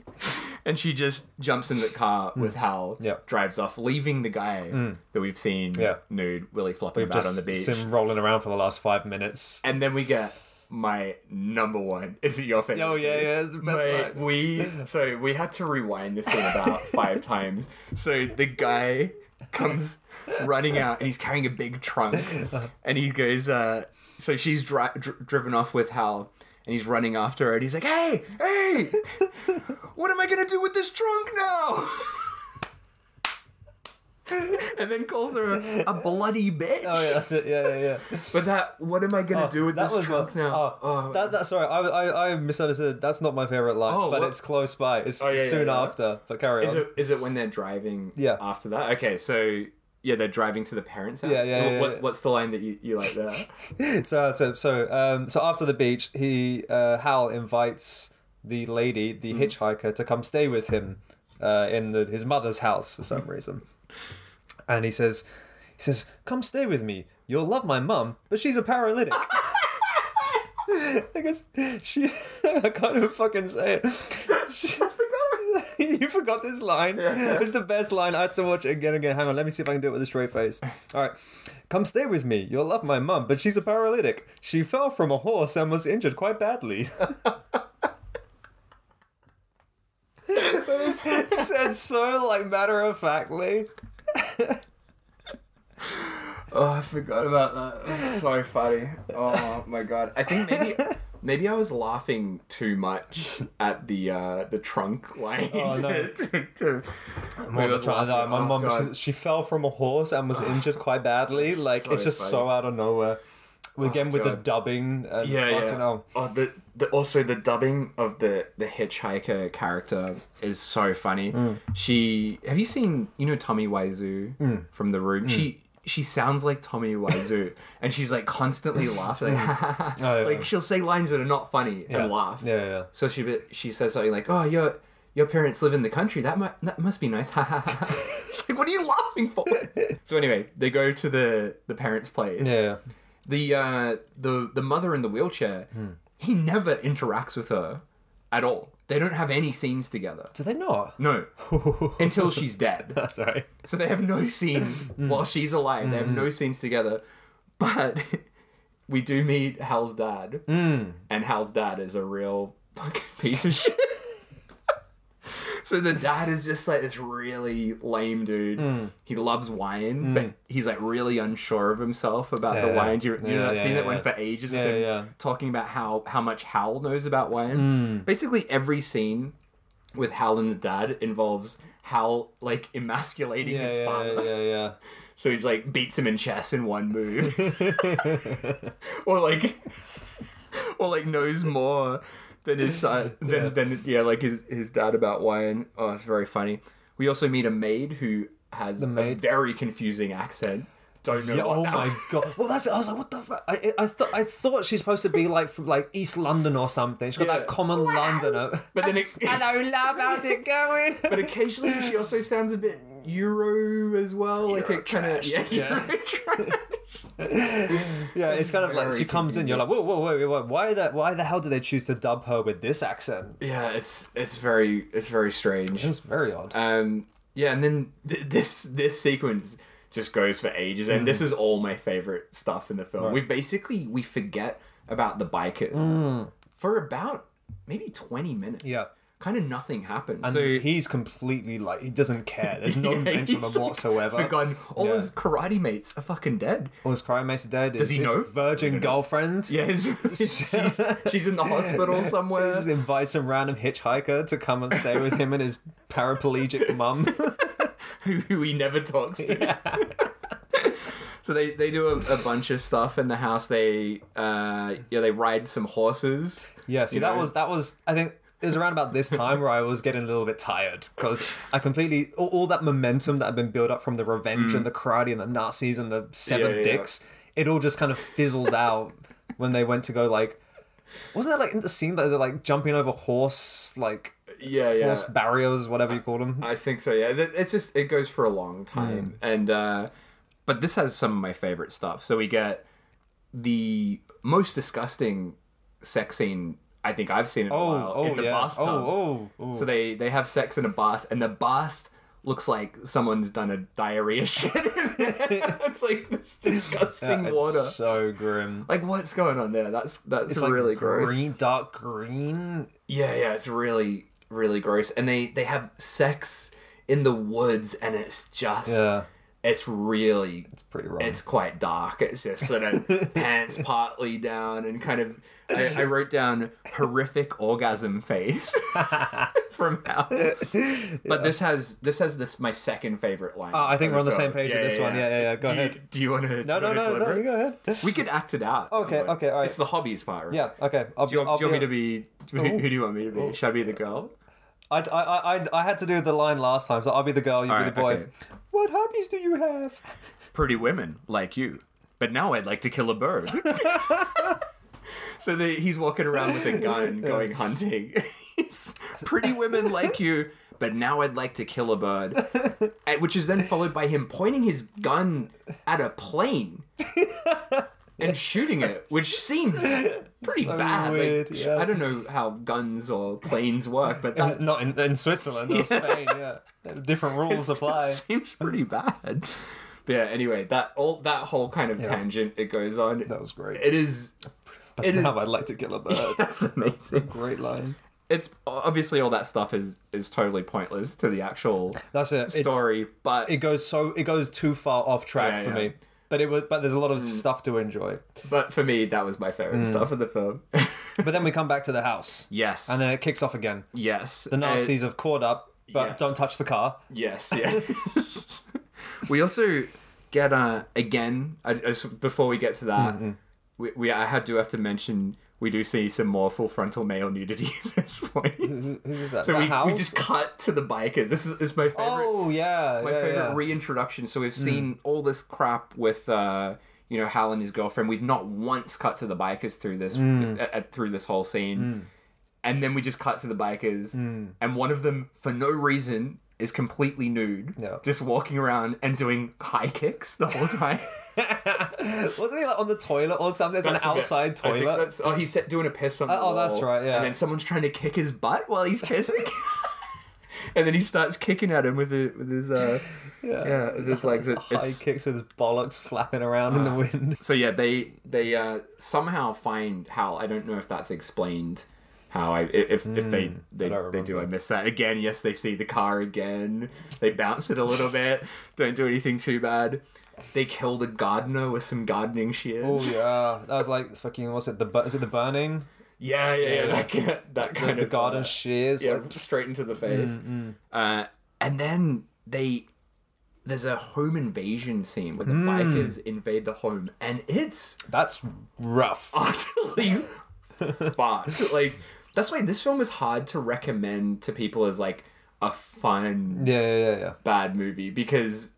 [SPEAKER 2] and she just jumps in the car
[SPEAKER 1] Mm.
[SPEAKER 2] with Hal,
[SPEAKER 1] Yeah.
[SPEAKER 2] drives off, leaving the guy that we've seen
[SPEAKER 1] Mm. Yeah.
[SPEAKER 2] nude, willy flopping about
[SPEAKER 1] Just
[SPEAKER 2] on the beach,
[SPEAKER 1] Sim rolling around for the last five minutes.
[SPEAKER 2] and then we get. My number one is it your favorite?
[SPEAKER 1] Oh, yeah,
[SPEAKER 2] too?
[SPEAKER 1] yeah, it's the best
[SPEAKER 2] Mate,
[SPEAKER 1] line.
[SPEAKER 2] we so we had to rewind this in about five times. So the guy comes running out and he's carrying a big trunk,
[SPEAKER 1] Uh-huh.
[SPEAKER 2] and he goes. Uh, so she's dri- dr- driven off with Hal, and he's running after her, and he's like, "Hey, hey, what am I gonna do with this trunk now?" and then calls her a, a bloody bitch.
[SPEAKER 1] Oh yeah, that's it. Yeah, yeah, yeah.
[SPEAKER 2] But that, what am I gonna do with
[SPEAKER 1] Oh, that
[SPEAKER 2] this
[SPEAKER 1] was
[SPEAKER 2] trunk
[SPEAKER 1] one-
[SPEAKER 2] now?
[SPEAKER 1] Oh, that, that, sorry, I, I, I misunderstood. That's not my favorite line,
[SPEAKER 2] Oh,
[SPEAKER 1] but
[SPEAKER 2] what?
[SPEAKER 1] it's close by. It's
[SPEAKER 2] Oh, yeah, yeah,
[SPEAKER 1] soon
[SPEAKER 2] yeah.
[SPEAKER 1] after. But carry
[SPEAKER 2] Is
[SPEAKER 1] on.
[SPEAKER 2] it is it when they're driving?
[SPEAKER 1] Yeah.
[SPEAKER 2] After that, okay, so yeah, they're driving to the parents' house.
[SPEAKER 1] Yeah, yeah,
[SPEAKER 2] What-
[SPEAKER 1] yeah,
[SPEAKER 2] what-
[SPEAKER 1] yeah.
[SPEAKER 2] What's the line that you, you like there?
[SPEAKER 1] so so so um so after the beach he uh hal invites the lady the hitchhiker to come stay with him uh in the, his mother's house for some reason and he says he says come stay with me you'll love my mum but she's a paralytic I guess she. I can't even fucking say it. She- you forgot this line. It's the best line. I have to watch it again and again. Hang on, let me see if I can do it with a straight face. All right, come stay with me. You'll love my mum, but she's a paralytic. She fell from a horse and was injured quite badly. but it's said so like matter of factly.
[SPEAKER 2] oh, I forgot about that. That's so funny. Oh my god, I think maybe maybe I was laughing too much at the uh, the trunk line.
[SPEAKER 1] Oh, no.
[SPEAKER 2] Maybe I was
[SPEAKER 1] my
[SPEAKER 2] laughing. Oh,
[SPEAKER 1] mum,
[SPEAKER 2] God. Ah,
[SPEAKER 1] she, she fell from a horse and was injured quite badly. Like
[SPEAKER 2] so
[SPEAKER 1] it's just so
[SPEAKER 2] funny. Oh,
[SPEAKER 1] out of nowhere. Again with the
[SPEAKER 2] God.
[SPEAKER 1] dubbing and
[SPEAKER 2] yeah,
[SPEAKER 1] fucking
[SPEAKER 2] yeah.
[SPEAKER 1] oh.
[SPEAKER 2] Oh, the, the also the dubbing of the the hitchhiker character is so funny.
[SPEAKER 1] Mm.
[SPEAKER 2] She have you seen you know Tommy Wiseau
[SPEAKER 1] Mm.
[SPEAKER 2] from The Room? She she sounds like Tommy Wiseau, and she's like constantly laughing, like,
[SPEAKER 1] Oh, yeah.
[SPEAKER 2] like she'll say lines that are not funny
[SPEAKER 1] Yeah.
[SPEAKER 2] and laugh.
[SPEAKER 1] Yeah, yeah, yeah.
[SPEAKER 2] So she she says something like, "Oh, you're your parents live in the country. That mu- that must be nice. Ha ha ha. It's like, what are you laughing for? so anyway, they go to the the parents' place.
[SPEAKER 1] Yeah.
[SPEAKER 2] The uh the the mother in the wheelchair. He never interacts with her at all. They don't have any scenes together.
[SPEAKER 1] Do they not?
[SPEAKER 2] No, until she's dead.
[SPEAKER 1] That's right.
[SPEAKER 2] So they have no scenes
[SPEAKER 1] Hmm.
[SPEAKER 2] while she's alive. They have no scenes together. But we do meet Hal's dad.
[SPEAKER 1] Hmm.
[SPEAKER 2] And Hal's dad is a real fucking piece of shit. so the dad is just like this really lame dude.
[SPEAKER 1] Hmm.
[SPEAKER 2] He loves wine, but he's like really unsure of himself about the
[SPEAKER 1] Yeah,
[SPEAKER 2] wine. Do you, do you
[SPEAKER 1] yeah,
[SPEAKER 2] know that
[SPEAKER 1] yeah,
[SPEAKER 2] scene that
[SPEAKER 1] yeah.
[SPEAKER 2] went for ages
[SPEAKER 1] Yeah,
[SPEAKER 2] with him
[SPEAKER 1] yeah. Hmm.
[SPEAKER 2] talking about how, how much Hal knows about wine? Basically, every scene with Hal and the dad involves Hal like emasculating
[SPEAKER 1] Yeah,
[SPEAKER 2] his father.
[SPEAKER 1] yeah, yeah, yeah.
[SPEAKER 2] So he's like beats him in chess in one move, or like, or like knows more than his son than
[SPEAKER 1] Yeah.
[SPEAKER 2] than yeah like his his dad about wine. Oh, it's very funny. We also meet a maid who has a
[SPEAKER 1] maid.
[SPEAKER 2] very confusing accent. Don't know.
[SPEAKER 1] Yeah,
[SPEAKER 2] what
[SPEAKER 1] oh
[SPEAKER 2] that
[SPEAKER 1] my god! Well, that's it. I was like, what the fuck? I, I thought I thought she's supposed to be like from like East London or something. She's got
[SPEAKER 2] Yeah.
[SPEAKER 1] that common Londoner.
[SPEAKER 2] But then it,
[SPEAKER 1] Hello, love. How's it going?
[SPEAKER 2] but occasionally she also sounds a bit Euro as well, like it kind of
[SPEAKER 1] Eurotrash.
[SPEAKER 2] yeah,
[SPEAKER 1] Yeah.
[SPEAKER 2] Euro trash.
[SPEAKER 1] Yeah, it's kind of like
[SPEAKER 2] very
[SPEAKER 1] she comes in. You're like, whoa, whoa, wait, wait, wait, why the why the hell did they choose to dub her with this accent?
[SPEAKER 2] yeah. It's it's very it's very strange.
[SPEAKER 1] It was very odd.
[SPEAKER 2] Um, yeah, and then th- this this sequence just goes for ages, and
[SPEAKER 1] Mm.
[SPEAKER 2] this is all my favorite stuff in the film. We basically we forget about the bikers for about maybe twenty minutes.
[SPEAKER 1] Mm. Yeah.
[SPEAKER 2] kind of nothing happens.
[SPEAKER 1] and
[SPEAKER 2] so
[SPEAKER 1] he's completely like he doesn't care. There's no
[SPEAKER 2] Yeah,
[SPEAKER 1] mention of
[SPEAKER 2] he's
[SPEAKER 1] him whatsoever.
[SPEAKER 2] Forgotten. All
[SPEAKER 1] Yeah.
[SPEAKER 2] his karate mates are fucking dead.
[SPEAKER 1] All his crime mate's dead. Does
[SPEAKER 2] he know?
[SPEAKER 1] Virgin girlfriend.
[SPEAKER 2] Yeah, his- she's, she's in the hospital
[SPEAKER 1] He
[SPEAKER 2] somewhere.
[SPEAKER 1] just invites some random hitchhiker to come and stay with him and his paraplegic mum.
[SPEAKER 2] who, who he never talks to. so they, they do a, a bunch of stuff in the house. They uh, yeah they ride some horses.
[SPEAKER 1] Yeah, see,
[SPEAKER 2] you
[SPEAKER 1] that
[SPEAKER 2] know?
[SPEAKER 1] was that was. I think it was around about this time where I was getting a little bit tired because I completely all, all that momentum that had been built up from the revenge and the karate and the Nazis and the seven
[SPEAKER 2] Mm. Yeah, yeah, yeah.
[SPEAKER 1] dicks, it all just kind of fizzled out when they went to go like. Wasn't that like in the scene that they're like jumping over horse like
[SPEAKER 2] yeah yeah. Uh,
[SPEAKER 1] horse barriers, whatever you call them?
[SPEAKER 2] I think so. Yeah, Th- it's just it goes for a long time,
[SPEAKER 1] Mm.
[SPEAKER 2] and uh, but this has some of my favorite stuff. So we get the most disgusting sex scene I think I've seen in a
[SPEAKER 1] Oh,
[SPEAKER 2] while
[SPEAKER 1] oh
[SPEAKER 2] in the
[SPEAKER 1] yeah.
[SPEAKER 2] bathtub.
[SPEAKER 1] Oh, oh, oh.
[SPEAKER 2] So they they have sex in a bath, and the bath looks like someone's done a diarrhea shit. in there. it's like this disgusting
[SPEAKER 1] Yeah, it's
[SPEAKER 2] water.
[SPEAKER 1] so grim.
[SPEAKER 2] Like what's going on there? That's that's
[SPEAKER 1] It's like
[SPEAKER 2] really gross.
[SPEAKER 1] green, dark green.
[SPEAKER 2] Yeah, yeah, it's really really gross. And they they have sex in the woods, and it's just
[SPEAKER 1] Yeah,
[SPEAKER 2] it's really
[SPEAKER 1] pretty wrong.
[SPEAKER 2] it's quite dark. It's just sort of pants partly down and kind of. I, I wrote down horrific orgasm face from Hal. But this has this has this my second favorite line.
[SPEAKER 1] Oh, I think
[SPEAKER 2] of
[SPEAKER 1] we're on the same
[SPEAKER 2] film.
[SPEAKER 1] page with this one. Yeah, yeah, yeah. Go
[SPEAKER 2] do You,
[SPEAKER 1] ahead.
[SPEAKER 2] do you want to?
[SPEAKER 1] no, no, no, no. You go ahead.
[SPEAKER 2] We could act it out.
[SPEAKER 1] Okay,
[SPEAKER 2] Don't worry.
[SPEAKER 1] okay, all right.
[SPEAKER 2] It's the hobbies part, right?
[SPEAKER 1] Yeah. Okay. I'll,
[SPEAKER 2] Do you
[SPEAKER 1] I'll
[SPEAKER 2] want, do you want
[SPEAKER 1] be-
[SPEAKER 2] me to be? Who, who do you want me to be? Should I be the girl?
[SPEAKER 1] I, I, I, I had to do the line last time, so I'll be the girl. You
[SPEAKER 2] All
[SPEAKER 1] be
[SPEAKER 2] right,
[SPEAKER 1] the boy.
[SPEAKER 2] okay.
[SPEAKER 1] What hobbies do you have?
[SPEAKER 2] pretty women like you. But now I'd like to kill a bird. so the, he's walking around with a gun going hunting. He's, pretty women like you, but now I'd like to kill a bird. And- which is then followed by him pointing his gun at a plane and shooting it, which seems pretty
[SPEAKER 1] So
[SPEAKER 2] bad. Like,
[SPEAKER 1] weird,
[SPEAKER 2] sh-
[SPEAKER 1] yeah.
[SPEAKER 2] I don't know how guns or planes work, but that
[SPEAKER 1] Uh, Not in, in Switzerland or Spain. Yeah. Different rules apply.
[SPEAKER 2] seems pretty bad. But yeah, anyway, that all that whole kind of tangent it goes on.
[SPEAKER 1] That was great.
[SPEAKER 2] It is.
[SPEAKER 1] But
[SPEAKER 2] it is-
[SPEAKER 1] now I'd like to kill a bird.
[SPEAKER 2] That's amazing.
[SPEAKER 1] great line.
[SPEAKER 2] It's obviously all that stuff is is totally pointless to the actual
[SPEAKER 1] That's it. It's-
[SPEAKER 2] story, but
[SPEAKER 1] it goes so it goes too far off track
[SPEAKER 2] Yeah,
[SPEAKER 1] for
[SPEAKER 2] yeah. Mm.
[SPEAKER 1] me. But it was but there's a lot of stuff to enjoy.
[SPEAKER 2] but for me that was my favorite
[SPEAKER 1] Mm.
[SPEAKER 2] stuff of the film.
[SPEAKER 1] But then we come back to the house.
[SPEAKER 2] yes,
[SPEAKER 1] And then it kicks off again.
[SPEAKER 2] yes,
[SPEAKER 1] The Nazis have caught up, but
[SPEAKER 2] yeah.
[SPEAKER 1] don't touch the car.
[SPEAKER 2] Yes, yes. we also get uh again I, as, before we get to that,
[SPEAKER 1] Mm-hmm.
[SPEAKER 2] we, we I had do have to mention we do see some more full frontal male nudity at this point.
[SPEAKER 1] Who is that?
[SPEAKER 2] So
[SPEAKER 1] the
[SPEAKER 2] we,
[SPEAKER 1] house?
[SPEAKER 2] we just cut to the bikers. This is, is my favorite
[SPEAKER 1] Oh yeah.
[SPEAKER 2] my
[SPEAKER 1] yeah,
[SPEAKER 2] favorite
[SPEAKER 1] yeah. Mm.
[SPEAKER 2] reintroduction. So we've seen all this crap with uh, you know Hal
[SPEAKER 1] Mm.
[SPEAKER 2] and his girlfriend. We've not once cut to the bikers through this uh, uh, through this whole scene. and then we just cut to the bikers,
[SPEAKER 1] Mm.
[SPEAKER 2] and one of them, for no reason, is completely nude,
[SPEAKER 1] Yeah.
[SPEAKER 2] just walking around and doing high kicks the whole time.
[SPEAKER 1] Wasn't he like on the toilet or something? There's an
[SPEAKER 2] That's a bit-
[SPEAKER 1] outside
[SPEAKER 2] I think
[SPEAKER 1] toilet.
[SPEAKER 2] that's- oh, he's t- doing a piss on the
[SPEAKER 1] Oh, oh, that's
[SPEAKER 2] wall,
[SPEAKER 1] right, yeah.
[SPEAKER 2] And then someone's trying to kick his butt while he's pissing. and then he starts kicking at him with his, with his uh, yeah. with his legs. It-
[SPEAKER 1] High
[SPEAKER 2] it's- Ah.
[SPEAKER 1] kicks with his bollocks flapping around in the wind.
[SPEAKER 2] So yeah, they they uh, somehow find Hal. I don't know if that's explained. How I i- if if they they,
[SPEAKER 1] Hmm, don't
[SPEAKER 2] they do I
[SPEAKER 1] remember.
[SPEAKER 2] miss that again? Yes, they see the car again. They bounce it a little bit. Don't do anything too bad. They kill the gardener with some gardening
[SPEAKER 1] Oh
[SPEAKER 2] shears.
[SPEAKER 1] yeah, that was like fucking. What's it? The bu- is it the burning?
[SPEAKER 2] yeah, yeah, yeah. That, ki- that
[SPEAKER 1] The,
[SPEAKER 2] kind
[SPEAKER 1] the
[SPEAKER 2] of
[SPEAKER 1] garden
[SPEAKER 2] uh,
[SPEAKER 1] shears.
[SPEAKER 2] yeah,
[SPEAKER 1] like- mm,
[SPEAKER 2] straight into the face. Uh, and then they there's a home invasion scene where the
[SPEAKER 1] Hmm.
[SPEAKER 2] bikers invade the home, and it's
[SPEAKER 1] that's rough.
[SPEAKER 2] Ah. utterly fucked. Like that's why this film is hard to recommend to people as like a fun
[SPEAKER 1] Yeah, yeah, yeah, yeah.
[SPEAKER 2] bad movie because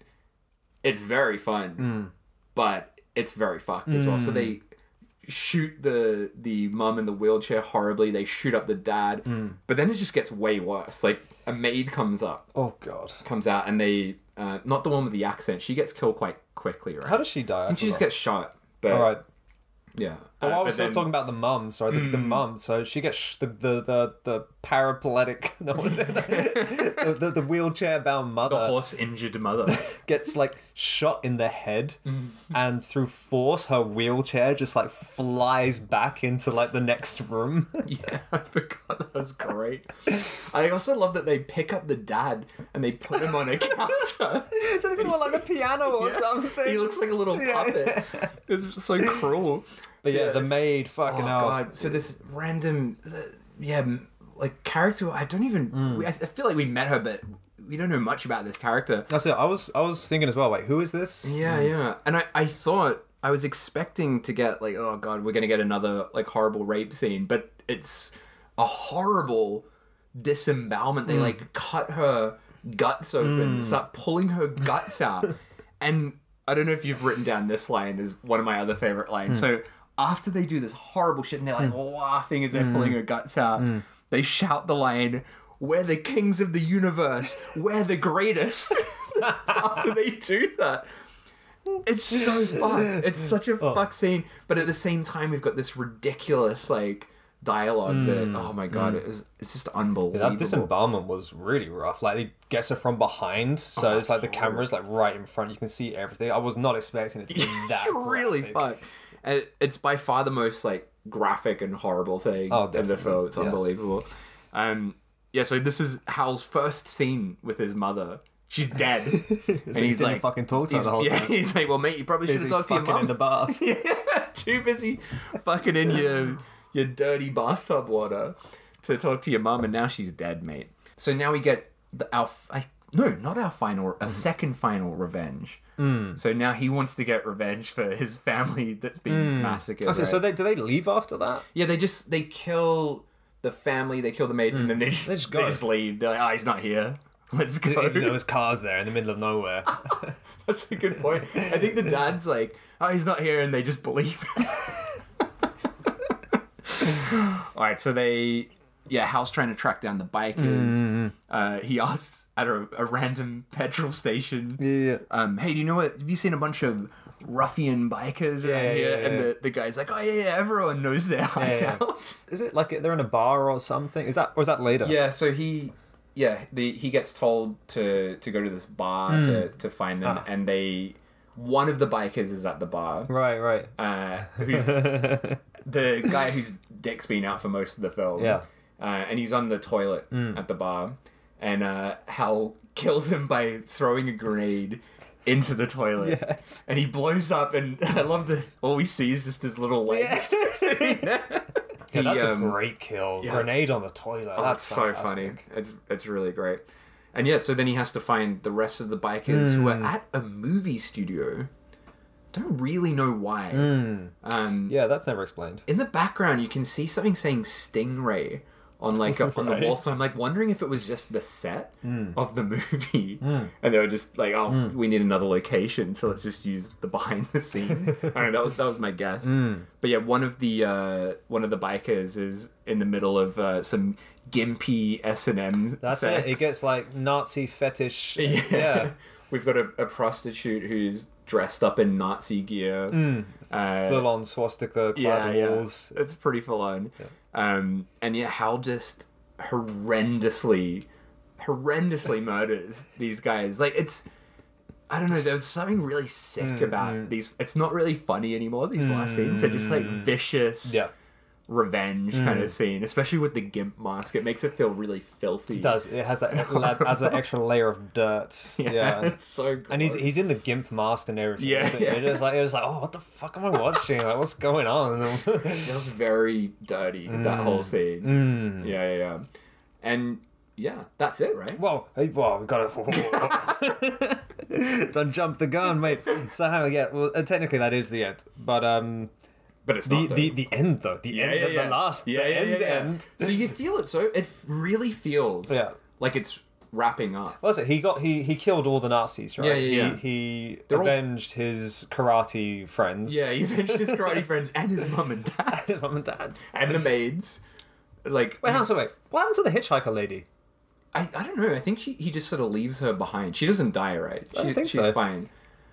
[SPEAKER 2] it's very fun,
[SPEAKER 1] Mm.
[SPEAKER 2] but it's very fucked as well. So they shoot the the mum in the wheelchair horribly. They shoot up the dad,
[SPEAKER 1] Mm.
[SPEAKER 2] but then it just gets way worse. Like a maid comes up,
[SPEAKER 1] Oh god.
[SPEAKER 2] comes out, and they uh, not the one with the accent. She gets killed quite quickly, right?
[SPEAKER 1] How does she die? I
[SPEAKER 2] and she just
[SPEAKER 1] forgot.
[SPEAKER 2] gets shot. But
[SPEAKER 1] All right.
[SPEAKER 2] yeah,
[SPEAKER 1] Oh, I
[SPEAKER 2] Uh,
[SPEAKER 1] was
[SPEAKER 2] but
[SPEAKER 1] still
[SPEAKER 2] then- Hmm.
[SPEAKER 1] talking about the mum. Sorry, the, the mum. So she gets sh- the, the the the parapletic, no, what is it? the, the, the wheelchair bound
[SPEAKER 2] the
[SPEAKER 1] mother
[SPEAKER 2] horse injured mother.
[SPEAKER 1] gets like shot in the head,
[SPEAKER 2] Hmm.
[SPEAKER 1] and through force, her wheelchair just like flies back into like the next room.
[SPEAKER 2] yeah, I forgot that was great. I also love that they pick up the dad and they put him on a counter.
[SPEAKER 1] it's even more like a piano or something.
[SPEAKER 2] He looks like a little puppet. It's just so cruel.
[SPEAKER 1] but yeah, the
[SPEAKER 2] it's-
[SPEAKER 1] maid, fucking
[SPEAKER 2] oh,
[SPEAKER 1] hell.
[SPEAKER 2] God. So this random, uh, yeah, m- like character. I don't even. we- I I feel like we met her, but we don't know much about this character.
[SPEAKER 1] That's it. I was I was thinking as well. Wait, who is this?
[SPEAKER 2] Yeah, yeah. And I, I thought I was expecting to get like, oh god, we're gonna get another like horrible rape scene, but it's a horrible disembowelment. They like cut her guts open, start pulling her guts out. and I don't know if you've written down this line is one of my other favorite lines. So after they do this horrible shit and they're like laughing as they're pulling her guts out, they shout the line, We're the kings of the universe, we're the greatest. after they do that. It's so fucked. It's such
[SPEAKER 1] Oh.
[SPEAKER 2] a fuck scene, but at the same time, we've got this ridiculous like dialogue that oh my god, it is, it's just unbelievable.
[SPEAKER 1] Hmm. That disembowelment was really rough. Like they gets her from behind, so it's like the camera's like right in front. You can see everything. I was not expecting it to be that.
[SPEAKER 2] it's really
[SPEAKER 1] graphic.
[SPEAKER 2] fucked. And it's by far the most like graphic and horrible thing
[SPEAKER 1] Oh,
[SPEAKER 2] in the film. It's
[SPEAKER 1] yeah.
[SPEAKER 2] unbelievable. Um, yeah. So this is Hal's first scene with his mother. She's dead, and
[SPEAKER 1] he
[SPEAKER 2] he's
[SPEAKER 1] didn't
[SPEAKER 2] like
[SPEAKER 1] fucking talk to her
[SPEAKER 2] he's-
[SPEAKER 1] the whole
[SPEAKER 2] yeah,
[SPEAKER 1] time.
[SPEAKER 2] He's like, well, mate, you probably should
[SPEAKER 1] Busy
[SPEAKER 2] have talked to your
[SPEAKER 1] fucking
[SPEAKER 2] mom.
[SPEAKER 1] in the bath.
[SPEAKER 2] too busy fucking in your your dirty bathtub water to talk to your mum, and now she's dead, mate. So now we get the, our f- I, no, not our final,
[SPEAKER 1] Mm.
[SPEAKER 2] a second final revenge. So now he wants to get revenge for his family that's been massacred.
[SPEAKER 1] So, Mm. so
[SPEAKER 2] right?
[SPEAKER 1] they do they leave after that?
[SPEAKER 2] yeah, they just they kill the family, they kill the maids, and then they just they
[SPEAKER 1] Mm. just
[SPEAKER 2] just,
[SPEAKER 1] go.
[SPEAKER 2] leave. They're like, oh, he's not here. Let's go.
[SPEAKER 1] Even though there was cars there in the middle of nowhere.
[SPEAKER 2] That's a good point. I think the dad's like, oh, he's not here, and they just believe. All right, so they, yeah, Hal's trying to track down the bikers.
[SPEAKER 1] Mm-hmm.
[SPEAKER 2] Uh, he asks at a, a random petrol station,
[SPEAKER 1] yeah.
[SPEAKER 2] um, hey, do you know what? Have you seen a bunch of ruffian bikers around
[SPEAKER 1] yeah,
[SPEAKER 2] here?
[SPEAKER 1] yeah,
[SPEAKER 2] and
[SPEAKER 1] yeah.
[SPEAKER 2] The, the guy's like, oh yeah, yeah, everyone knows their
[SPEAKER 1] yeah.
[SPEAKER 2] hideout.
[SPEAKER 1] Is it like they're in a bar or something? Is that or is that later?
[SPEAKER 2] Yeah, so he yeah, the, he gets told to to go to this bar
[SPEAKER 1] Hmm.
[SPEAKER 2] to, to find
[SPEAKER 1] Ah.
[SPEAKER 2] them and they one of the bikers is at the bar.
[SPEAKER 1] Right, right.
[SPEAKER 2] Uh, who's the guy whose dick's been out for most of the film.
[SPEAKER 1] Yeah. Hmm.
[SPEAKER 2] Uh, and he's on the toilet at the bar and uh, Hal kills him by throwing a grenade into the toilet.
[SPEAKER 1] Yes.
[SPEAKER 2] And he blows up and I love the all we see is just his little legs.
[SPEAKER 1] Yeah, that's
[SPEAKER 2] He,
[SPEAKER 1] a
[SPEAKER 2] um,
[SPEAKER 1] great kill.
[SPEAKER 2] yeah,
[SPEAKER 1] Grenade on the toilet.
[SPEAKER 2] Oh,
[SPEAKER 1] that's
[SPEAKER 2] that's so funny.
[SPEAKER 1] fantastic.
[SPEAKER 2] It's it's really great. And yeah, so then he has to find the rest of the bikers who are at a movie studio. Don't really know why. Um,
[SPEAKER 1] Yeah, that's never explained.
[SPEAKER 2] In the background, you can see something saying Stingray on like up on the
[SPEAKER 1] Right. Hmm.
[SPEAKER 2] wall. So I'm like wondering if it was just the set of the movie, and they were just like, "Oh, we need another location, so let's just use the behind the scenes." I don't know. That was that was my guess.
[SPEAKER 1] Hmm.
[SPEAKER 2] But yeah, one of the uh, one of the bikers is in the middle of uh, some gimpy S and M.
[SPEAKER 1] That's it. It gets like Nazi fetish. Yeah.
[SPEAKER 2] We've got a, a prostitute who's dressed up in Nazi gear.
[SPEAKER 1] Hmm.
[SPEAKER 2] Uh,
[SPEAKER 1] Full on swastika clad walls.
[SPEAKER 2] it's pretty full on. Um, and yet Hal just horrendously, horrendously murders these guys. Like it's, I don't know. There's something really sick
[SPEAKER 1] Mm,
[SPEAKER 2] about these. It's not really funny anymore. These last scenes are just like vicious.
[SPEAKER 1] Mm. Yeah. Mm.
[SPEAKER 2] Revenge kind of scene, especially with the gimp mask, it makes it feel really filthy.
[SPEAKER 1] It does. It has that la- adds that extra layer of dirt. Yeah.
[SPEAKER 2] it's so. Gross.
[SPEAKER 1] And he's, he's in the gimp mask and everything.
[SPEAKER 2] Yeah,
[SPEAKER 1] isn't he?
[SPEAKER 2] yeah.
[SPEAKER 1] It's just like it's like, oh, what the fuck am I watching? Like, what's going on?
[SPEAKER 2] feels very dirty that
[SPEAKER 1] Mm.
[SPEAKER 2] whole scene. Yeah, yeah, yeah. And yeah, that's it, right?
[SPEAKER 1] Whoa, hey, whoa, we gotta. Don't jump the gun, mate. So how? Yeah, well, uh, technically that is the end, but um,
[SPEAKER 2] But it's
[SPEAKER 1] the
[SPEAKER 2] not though.
[SPEAKER 1] the, the end though, the end, of the last, the end end.
[SPEAKER 2] So you feel it. So it f- really feels
[SPEAKER 1] Yeah.
[SPEAKER 2] like it's wrapping up.
[SPEAKER 1] What was it? He got he he killed all the Nazis, right?
[SPEAKER 2] Yeah, yeah, yeah.
[SPEAKER 1] He, he
[SPEAKER 2] all-
[SPEAKER 1] avenged his karate friends.
[SPEAKER 2] Yeah, he avenged his karate friends and his mum and dad
[SPEAKER 1] mum and dad.
[SPEAKER 2] and the maids. Like
[SPEAKER 1] Wait, hang on, so wait. What happened to the hitchhiker lady?
[SPEAKER 2] I, I don't know. I think she, he just sort of leaves her behind. She doesn't die, right? She,
[SPEAKER 1] don't think
[SPEAKER 2] she's
[SPEAKER 1] so.
[SPEAKER 2] fine.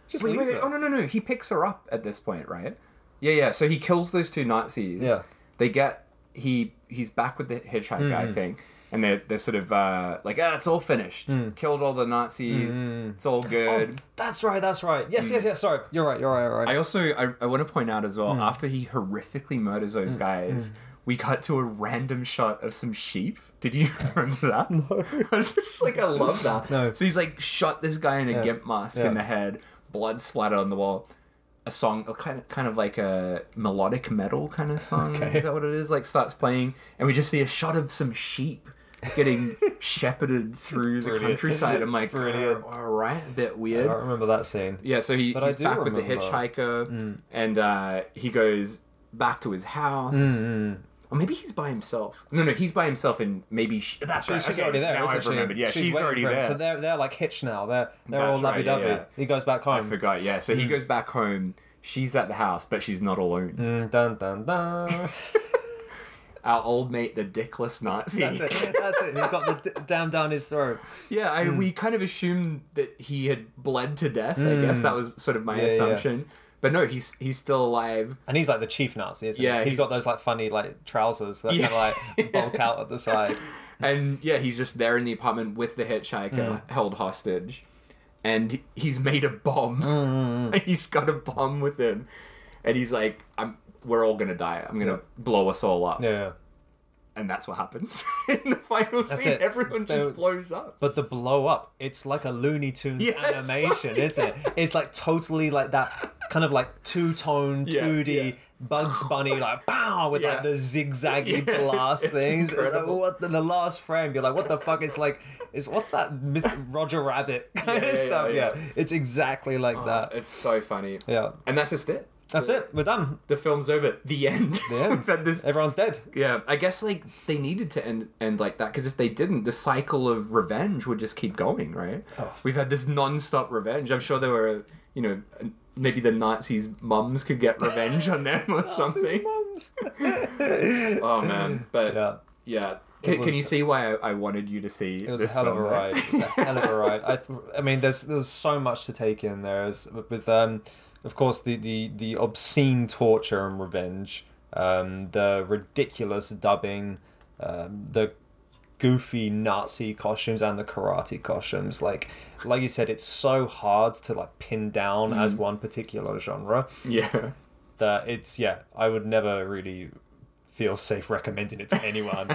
[SPEAKER 1] Just
[SPEAKER 2] Wait,
[SPEAKER 1] leave
[SPEAKER 2] wait, wait.
[SPEAKER 1] her.
[SPEAKER 2] Oh no, no, no. He picks her up at this point, right? Yeah, yeah. So he kills those two Nazis.
[SPEAKER 1] Yeah.
[SPEAKER 2] They get he he's back with the hitchhiker
[SPEAKER 1] Mm-hmm.
[SPEAKER 2] guy thing, and they're they're sort of uh, like ah, it's all finished.
[SPEAKER 1] Mm.
[SPEAKER 2] Killed all the Nazis.
[SPEAKER 1] Mm-hmm.
[SPEAKER 2] It's all good.
[SPEAKER 1] That's right. That's right. Yes,
[SPEAKER 2] Hmm.
[SPEAKER 1] yes, yes. Sorry, you're right. You're right. You're right.
[SPEAKER 2] I also I, I want to point out as well
[SPEAKER 1] Hmm.
[SPEAKER 2] after he horrifically murders those guys. We cut to a random shot of some sheep. Did you remember that? No. I was just like, I love that.
[SPEAKER 1] No.
[SPEAKER 2] So he's like shot this guy in a gimp mask
[SPEAKER 1] Yeah.
[SPEAKER 2] in the head, blood splattered on the wall. A song, a kind of, kind of like a melodic metal kind of song.
[SPEAKER 1] Okay.
[SPEAKER 2] Is that what it is? Like starts playing, and we just see a shot of some sheep getting shepherded through the
[SPEAKER 1] Brilliant.
[SPEAKER 2] countryside. I'm like,
[SPEAKER 1] Brilliant.
[SPEAKER 2] "Oh, all right, a bit weird.
[SPEAKER 1] I don't remember that scene.
[SPEAKER 2] Yeah, so he,
[SPEAKER 1] But I
[SPEAKER 2] he's
[SPEAKER 1] do
[SPEAKER 2] back with the
[SPEAKER 1] remember. Mm.
[SPEAKER 2] hitchhiker, and uh, he goes back to his house.
[SPEAKER 1] Mm,
[SPEAKER 2] Or maybe he's by himself. No, no, he's by himself, and maybe she, that's right.
[SPEAKER 1] She's, she's
[SPEAKER 2] okay,
[SPEAKER 1] already there.
[SPEAKER 2] Now
[SPEAKER 1] isn't
[SPEAKER 2] I've
[SPEAKER 1] she?
[SPEAKER 2] remembered. Yeah, she's,
[SPEAKER 1] waiting
[SPEAKER 2] already
[SPEAKER 1] for him.
[SPEAKER 2] there.
[SPEAKER 1] So they're they're like hitched now. They're they're all
[SPEAKER 2] That's right,
[SPEAKER 1] lovey
[SPEAKER 2] yeah,
[SPEAKER 1] dovey.
[SPEAKER 2] yeah.
[SPEAKER 1] He goes back
[SPEAKER 2] I
[SPEAKER 1] home.
[SPEAKER 2] forgot. Yeah, so he goes back home. She's at the house, but she's not alone.
[SPEAKER 1] Mm, dun dun dun.
[SPEAKER 2] Our old mate, the dickless Nazi.
[SPEAKER 1] That's it. That's it. He's got the d- dam down his throat.
[SPEAKER 2] Yeah, I, we
[SPEAKER 1] Mm.
[SPEAKER 2] kind of assumed that he had bled to death. I guess that was sort of my
[SPEAKER 1] Mm. Yeah, yeah.
[SPEAKER 2] assumption. But no, he's he's still alive.
[SPEAKER 1] And he's like the chief Nazi, isn't
[SPEAKER 2] Yeah,
[SPEAKER 1] he?
[SPEAKER 2] he's-
[SPEAKER 1] he's got those like funny like trousers that
[SPEAKER 2] Yeah.
[SPEAKER 1] kind of like bulk out at the side.
[SPEAKER 2] and yeah, he's just there in the apartment with the hitchhiker
[SPEAKER 1] Mm.
[SPEAKER 2] held hostage, and he's made a bomb.
[SPEAKER 1] Mm,
[SPEAKER 2] he's got a bomb with him, and he's like, "I'm, we're all gonna die. I'm gonna blow us all up."
[SPEAKER 1] Yeah.
[SPEAKER 2] And that's what happens in the final scene.
[SPEAKER 1] it.
[SPEAKER 2] Everyone
[SPEAKER 1] They-
[SPEAKER 2] just blows up.
[SPEAKER 1] But the blow up, it's like a Looney Tunes
[SPEAKER 2] Yes.
[SPEAKER 1] animation, isn't it? It's like totally like that kind of like two tone,
[SPEAKER 2] Yeah,
[SPEAKER 1] two D
[SPEAKER 2] yeah.
[SPEAKER 1] Bugs Bunny, like bow with
[SPEAKER 2] Yeah.
[SPEAKER 1] like the zigzaggy
[SPEAKER 2] Yeah,
[SPEAKER 1] blast
[SPEAKER 2] it's
[SPEAKER 1] things. It's like,
[SPEAKER 2] incredible.
[SPEAKER 1] what the, the last frame? You're like, what the fuck? It's like, it's what's that Mr. Roger Rabbit kind
[SPEAKER 2] Yeah,
[SPEAKER 1] of
[SPEAKER 2] yeah, yeah,
[SPEAKER 1] stuff? Yeah,
[SPEAKER 2] yeah. Oh.
[SPEAKER 1] it's exactly like that.
[SPEAKER 2] It's so funny.
[SPEAKER 1] Yeah,
[SPEAKER 2] And that's just it.
[SPEAKER 1] that's it. We're done.
[SPEAKER 2] The film's over. The end.
[SPEAKER 1] The end.
[SPEAKER 2] That this-
[SPEAKER 1] Everyone's dead.
[SPEAKER 2] yeah, I guess like they needed to end end like that because if they didn't, the cycle of revenge would just keep going, right?
[SPEAKER 1] Oh.
[SPEAKER 2] We've had this non-stop revenge. I'm sure there were, you know, maybe the Nazis' mums could get revenge on them or something. Oh man, but yeah,
[SPEAKER 1] Yeah.
[SPEAKER 2] Can,
[SPEAKER 1] It
[SPEAKER 2] can you
[SPEAKER 1] was-
[SPEAKER 2] see why I, I wanted you to see?
[SPEAKER 1] It was a hell of a ride. It was a hell of a ride. I, th- I mean, there's there's so much to take in there. As with um, of course the the the obscene torture and revenge, um, the ridiculous dubbing, um, the goofy Nazi costumes and the karate costumes. Like like you said, it's so hard to like pin down as one particular genre
[SPEAKER 2] yeah.
[SPEAKER 1] that it's yeah. I would never really feel safe recommending it to anyone.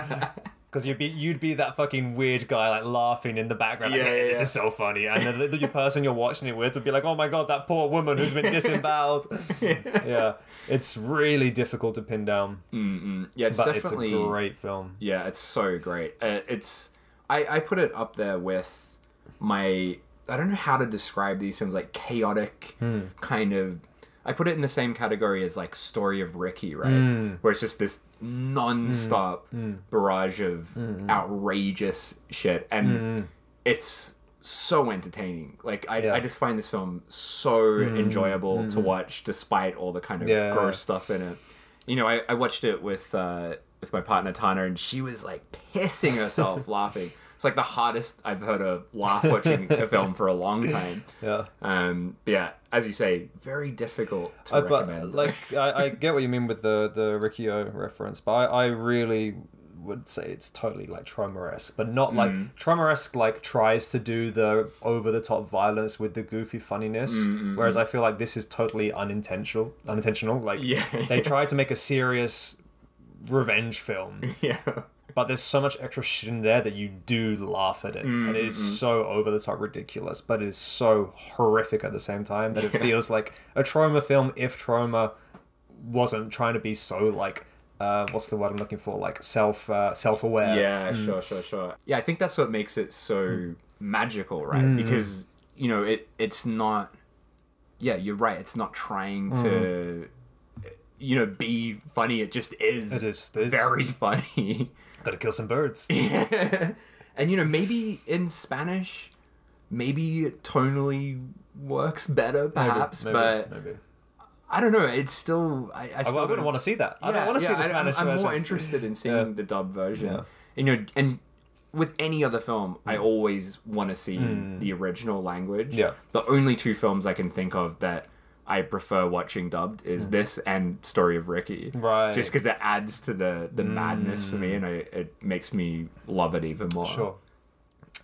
[SPEAKER 1] Because you'd be you'd be that fucking weird guy like laughing in the background. Like,
[SPEAKER 2] Yeah,
[SPEAKER 1] yeah,
[SPEAKER 2] yeah,
[SPEAKER 1] this
[SPEAKER 2] yeah.
[SPEAKER 1] is so funny. And then the, the person you're watching it with would be like, "Oh my god, that poor woman who's been disemboweled." yeah, it's really difficult to pin down,
[SPEAKER 2] Yeah, it's
[SPEAKER 1] but
[SPEAKER 2] definitely
[SPEAKER 1] it's a great film.
[SPEAKER 2] Yeah, it's so great. Uh, it's I I put it up there with
[SPEAKER 1] Hmm.
[SPEAKER 2] my I don't know how to describe these films like chaotic kind of I put it in the same category as like Story of Ricky, right?
[SPEAKER 1] Hmm.
[SPEAKER 2] Where it's just this non-stop barrage of
[SPEAKER 1] Hmm,
[SPEAKER 2] outrageous shit, and it's so entertaining. Like I,
[SPEAKER 1] Yeah. Hmm.
[SPEAKER 2] I just find this film so enjoyable to watch, despite all the kind of
[SPEAKER 1] Yeah.
[SPEAKER 2] gross stuff in it. You know, I, I watched it with uh, with my partner Tana, and she was like pissing herself laughing. It's like the hardest I've heard her laugh watching a film for a long time.
[SPEAKER 1] Yeah.
[SPEAKER 2] Um, but yeah, as you say, very difficult to
[SPEAKER 1] I, but
[SPEAKER 2] recommend.
[SPEAKER 1] like I, I get what you mean with the the Riccio reference, but I, I really would say it's totally like Troma-esque, but not like
[SPEAKER 2] Mm.
[SPEAKER 1] Troma-esque like tries to do the over the top violence with the goofy funniness,
[SPEAKER 2] Mm,
[SPEAKER 1] whereas I feel like this is totally unintentional, unintentional. Like
[SPEAKER 2] Yeah.
[SPEAKER 1] they tried to make a serious revenge film,
[SPEAKER 2] yeah.
[SPEAKER 1] but there's so much extra shit in there that you do laugh at it, and it
[SPEAKER 2] Mm-hmm.
[SPEAKER 1] is so over the top ridiculous, but it is so horrific at the same time that it feels like a trauma film if trauma wasn't trying to be so like uh, what's the word I'm looking for like self uh, self aware.
[SPEAKER 2] Yeah, sure, sure, sure. Yeah, I think that's what makes it so
[SPEAKER 1] Mm.
[SPEAKER 2] magical, right? Because you know, it it's not. Yeah, you're right. It's not trying to, you know, be funny. It just is.
[SPEAKER 1] Mm. It just is.
[SPEAKER 2] very funny.
[SPEAKER 1] Gotta kill some birds.
[SPEAKER 2] and you know, maybe in Spanish, maybe it tonally works better, perhaps.
[SPEAKER 1] maybe,
[SPEAKER 2] but
[SPEAKER 1] maybe.
[SPEAKER 2] I don't know. It's still. I, I
[SPEAKER 1] I,
[SPEAKER 2] still
[SPEAKER 1] I wouldn't want to see that. I don't
[SPEAKER 2] yeah,
[SPEAKER 1] want to
[SPEAKER 2] yeah,
[SPEAKER 1] see the
[SPEAKER 2] I-
[SPEAKER 1] Spanish
[SPEAKER 2] I'm, I'm
[SPEAKER 1] version.
[SPEAKER 2] more interested in seeing the dub version.
[SPEAKER 1] Yeah. Mm.
[SPEAKER 2] And, you know, and with any other film, I always want to see the original language.
[SPEAKER 1] Yeah.
[SPEAKER 2] The only two films I can think of that I prefer watching dubbed is this and Story of Ricky.
[SPEAKER 1] Mm. Right. Mm.
[SPEAKER 2] Just because it adds to the the madness for me, and I, it makes me love it even more.
[SPEAKER 1] Sure.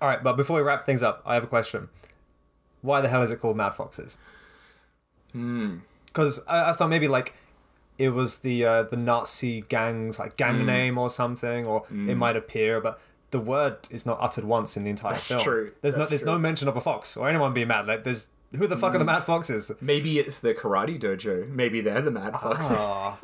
[SPEAKER 1] All right, but before we wrap things up, I have a question. Why the hell is it called Mad Foxes?
[SPEAKER 2] Hmm.
[SPEAKER 1] Because I, I thought maybe like it was the uh, the Nazi gang's like gang
[SPEAKER 2] Hmm.
[SPEAKER 1] name or something, or it might appear, but the word is not uttered once in the entire
[SPEAKER 2] That's
[SPEAKER 1] film.
[SPEAKER 2] true.
[SPEAKER 1] There's no
[SPEAKER 2] That's
[SPEAKER 1] there's no
[SPEAKER 2] true. Hmm.
[SPEAKER 1] mention of a fox or anyone being mad. Like there's who the fuck are the Mad Foxes?
[SPEAKER 2] Maybe it's the Karate Dojo. Maybe they're the Mad Fox.
[SPEAKER 1] Ah.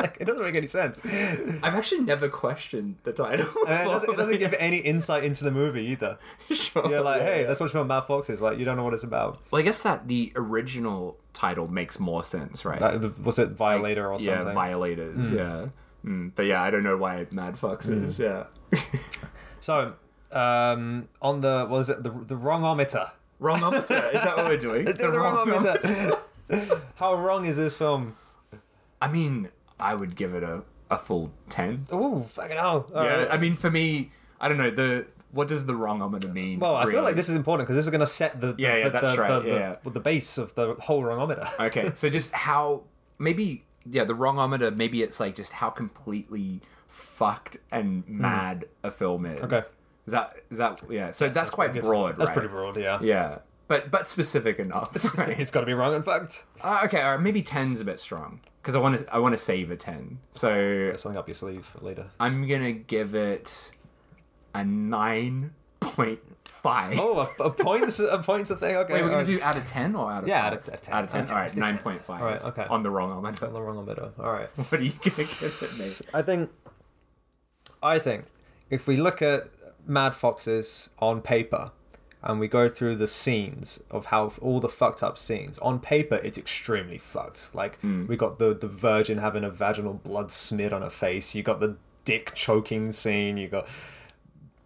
[SPEAKER 1] like, it doesn't make any sense. And
[SPEAKER 2] I've actually never questioned the title.
[SPEAKER 1] it doesn't, it doesn't give any insight into the movie either.
[SPEAKER 2] Sure.
[SPEAKER 1] You're like,
[SPEAKER 2] Yeah,
[SPEAKER 1] hey,
[SPEAKER 2] yeah.
[SPEAKER 1] that's what film Mad Foxes. Like, you don't know what it's about.
[SPEAKER 2] Well, I guess that the original title makes more sense, right?
[SPEAKER 1] Uh, the- was it Violator or
[SPEAKER 2] yeah,
[SPEAKER 1] something? Hmm.
[SPEAKER 2] violators. Yeah, mm, but yeah, I don't know why Mad Fox is. Yeah,
[SPEAKER 1] so, um, on the what is it the the wrongometer?
[SPEAKER 2] wrong opposite. is that what we're doing?
[SPEAKER 1] It's the wrongometer. How wrong is this film?
[SPEAKER 2] I mean, I would give it a, a full ten.
[SPEAKER 1] Ooh, fucking hell! All
[SPEAKER 2] yeah,
[SPEAKER 1] right.
[SPEAKER 2] I mean, for me, I don't know the what does the wrong ometer mean?
[SPEAKER 1] well, Oh, I feel
[SPEAKER 2] really?
[SPEAKER 1] like this is important because this is going to set the
[SPEAKER 2] Yeah, yeah,
[SPEAKER 1] the,
[SPEAKER 2] that's
[SPEAKER 1] the,
[SPEAKER 2] right,
[SPEAKER 1] the,
[SPEAKER 2] yeah. Oh,
[SPEAKER 1] the, the base of the whole wrongometer.
[SPEAKER 2] Okay, so just how maybe yeah, the wrong ometer. Maybe it's like just how completely fucked and mad a film is.
[SPEAKER 1] Hmm. Okay.
[SPEAKER 2] Is that is that yeah? So that's, quite
[SPEAKER 1] It's-
[SPEAKER 2] broad.
[SPEAKER 1] That's
[SPEAKER 2] right?
[SPEAKER 1] pretty broad. Yeah.
[SPEAKER 2] Yeah, but but specific enough. Right?
[SPEAKER 1] It's got to be wrong and fucked.
[SPEAKER 2] uh, okay, all right, maybe ten's a bit strong because I want to I want to save a ten. So
[SPEAKER 1] Get something up your sleeve for later.
[SPEAKER 2] I'm gonna give it a nine point five.
[SPEAKER 1] Oh, a, a points, a points a thing. Okay,
[SPEAKER 2] Wait, we're gonna
[SPEAKER 1] alright.
[SPEAKER 2] do out of ten or out of
[SPEAKER 1] Yeah, out
[SPEAKER 2] five?
[SPEAKER 1] of- out of 10.
[SPEAKER 2] Out of ten.
[SPEAKER 1] Out of 10,
[SPEAKER 2] All right,
[SPEAKER 1] let's do 10.
[SPEAKER 2] nine point five.
[SPEAKER 1] All right, okay.
[SPEAKER 2] On the wrong ometer.
[SPEAKER 1] on the wrongometer. All right.
[SPEAKER 2] What are you gonna give it, mate?
[SPEAKER 1] I think. I think if we look at Mad Foxes on paper, and we go through the scenes of how all the fucked up scenes on paper, it's extremely fucked. Like we got the the virgin having a vaginal blood smeared on her face. You got the dick choking scene. You got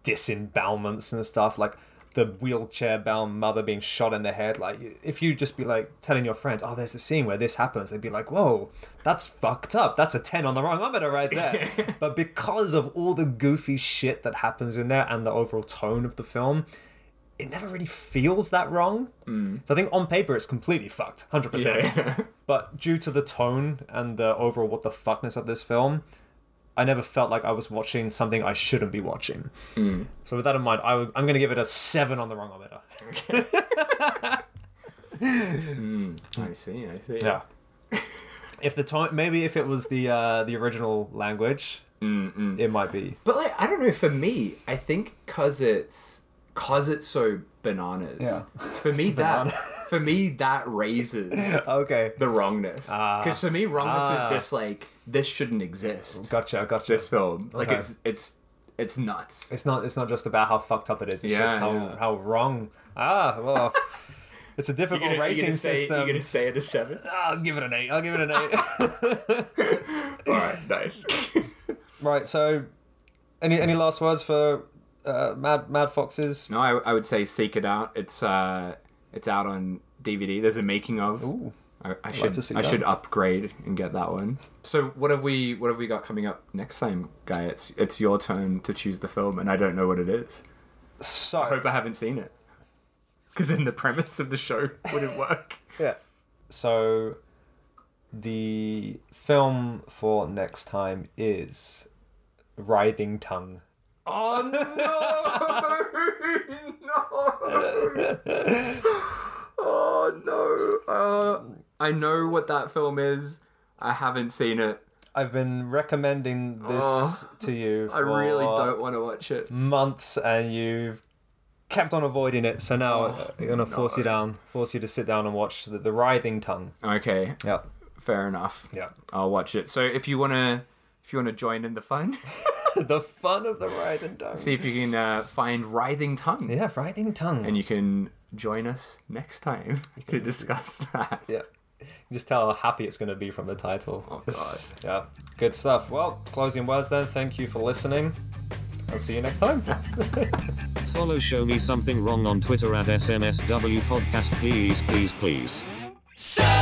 [SPEAKER 1] disembowelments and stuff like the wheelchair bound mother being shot in the head like if you just be like telling your friends oh there's a scene where this happens they'd be like whoa that's fucked up that's a 10 on the wrong ometer right there but because of all the goofy shit that happens in there and the overall tone of the film it never really feels that wrong so i think on paper it's completely fucked 100%
[SPEAKER 2] Yeah.
[SPEAKER 1] but due to the tone and the overall what the fuckness of this film i never felt like i was watching something i shouldn't be watching so with that in mind, I would, I'm going to give it a seven on the wrong ometer.
[SPEAKER 2] I see. I see.
[SPEAKER 1] Yeah. if the tone, maybe if it was the uh, the original language, it might be.
[SPEAKER 2] But like, I don't know. For me, I think cause it's cause it's so bananas.
[SPEAKER 1] Yeah.
[SPEAKER 2] It's for me that
[SPEAKER 1] banana.
[SPEAKER 2] for me that raises
[SPEAKER 1] Okay.
[SPEAKER 2] the wrongness.
[SPEAKER 1] Ah.
[SPEAKER 2] Because for me, wrongness is just like this shouldn't exist.
[SPEAKER 1] Gotcha. Gotcha.
[SPEAKER 2] This film, like
[SPEAKER 1] Okay.
[SPEAKER 2] it's it's it's nuts.
[SPEAKER 1] It's not. It's not just about how fucked up it is. It's
[SPEAKER 2] Yeah,
[SPEAKER 1] just how
[SPEAKER 2] yeah.
[SPEAKER 1] how wrong. Ah, well. It's a difficult
[SPEAKER 2] You're gonna, you're
[SPEAKER 1] rating
[SPEAKER 2] gonna stay,
[SPEAKER 1] system.
[SPEAKER 2] You're gonna stay at a seven.
[SPEAKER 1] Ah, I'll give it an eight. I'll give it an eight.
[SPEAKER 2] All right, nice.
[SPEAKER 1] right. So, any any last words for uh, Mad Mad Foxes?
[SPEAKER 2] no, I, I would say seek it out. It's uh, it's out on DVD. There's a making of.
[SPEAKER 1] Ooh.
[SPEAKER 2] I, I should
[SPEAKER 1] to see
[SPEAKER 2] I
[SPEAKER 1] that.
[SPEAKER 2] should upgrade and get that one. So what have we what have we got coming up next time, guy? It's it's your turn to choose the film, and I don't know what it is. I
[SPEAKER 1] So
[SPEAKER 2] hope I haven't seen it, because then the premise of the show wouldn't work.
[SPEAKER 1] yeah. So, the film for next time is Writhing Tongue.
[SPEAKER 2] oh no, no. Oh no! Uh, I know what that film is. I haven't seen it.
[SPEAKER 1] I've been recommending this
[SPEAKER 2] Oh,
[SPEAKER 1] to you.
[SPEAKER 2] I
[SPEAKER 1] For
[SPEAKER 2] really don't want to watch it.
[SPEAKER 1] months and you've kept on avoiding it. So now
[SPEAKER 2] Oh,
[SPEAKER 1] I'm gonna force you down, force you to sit down and watch the, the writhing tongue.
[SPEAKER 2] Okay,
[SPEAKER 1] Yep.
[SPEAKER 2] fair enough.
[SPEAKER 1] Yeah.
[SPEAKER 2] I'll watch it. So if you wanna, if you wanna join in the fun,
[SPEAKER 1] the fun of the writhing tongue.
[SPEAKER 2] see if you can uh, find writhing tongue,
[SPEAKER 1] yeah, writhing tongue.
[SPEAKER 2] and you can join us next time to discuss that.
[SPEAKER 1] yeah. You can just tell how happy it's gonna be from the title.
[SPEAKER 2] Oh god.
[SPEAKER 1] Yeah. Good stuff. Well, closing words then. Thank you for listening. I'll see you next time.
[SPEAKER 4] Follow Show Me Something Wrong on Twitter at SMSW Podcast, please, please, please.
[SPEAKER 5] Show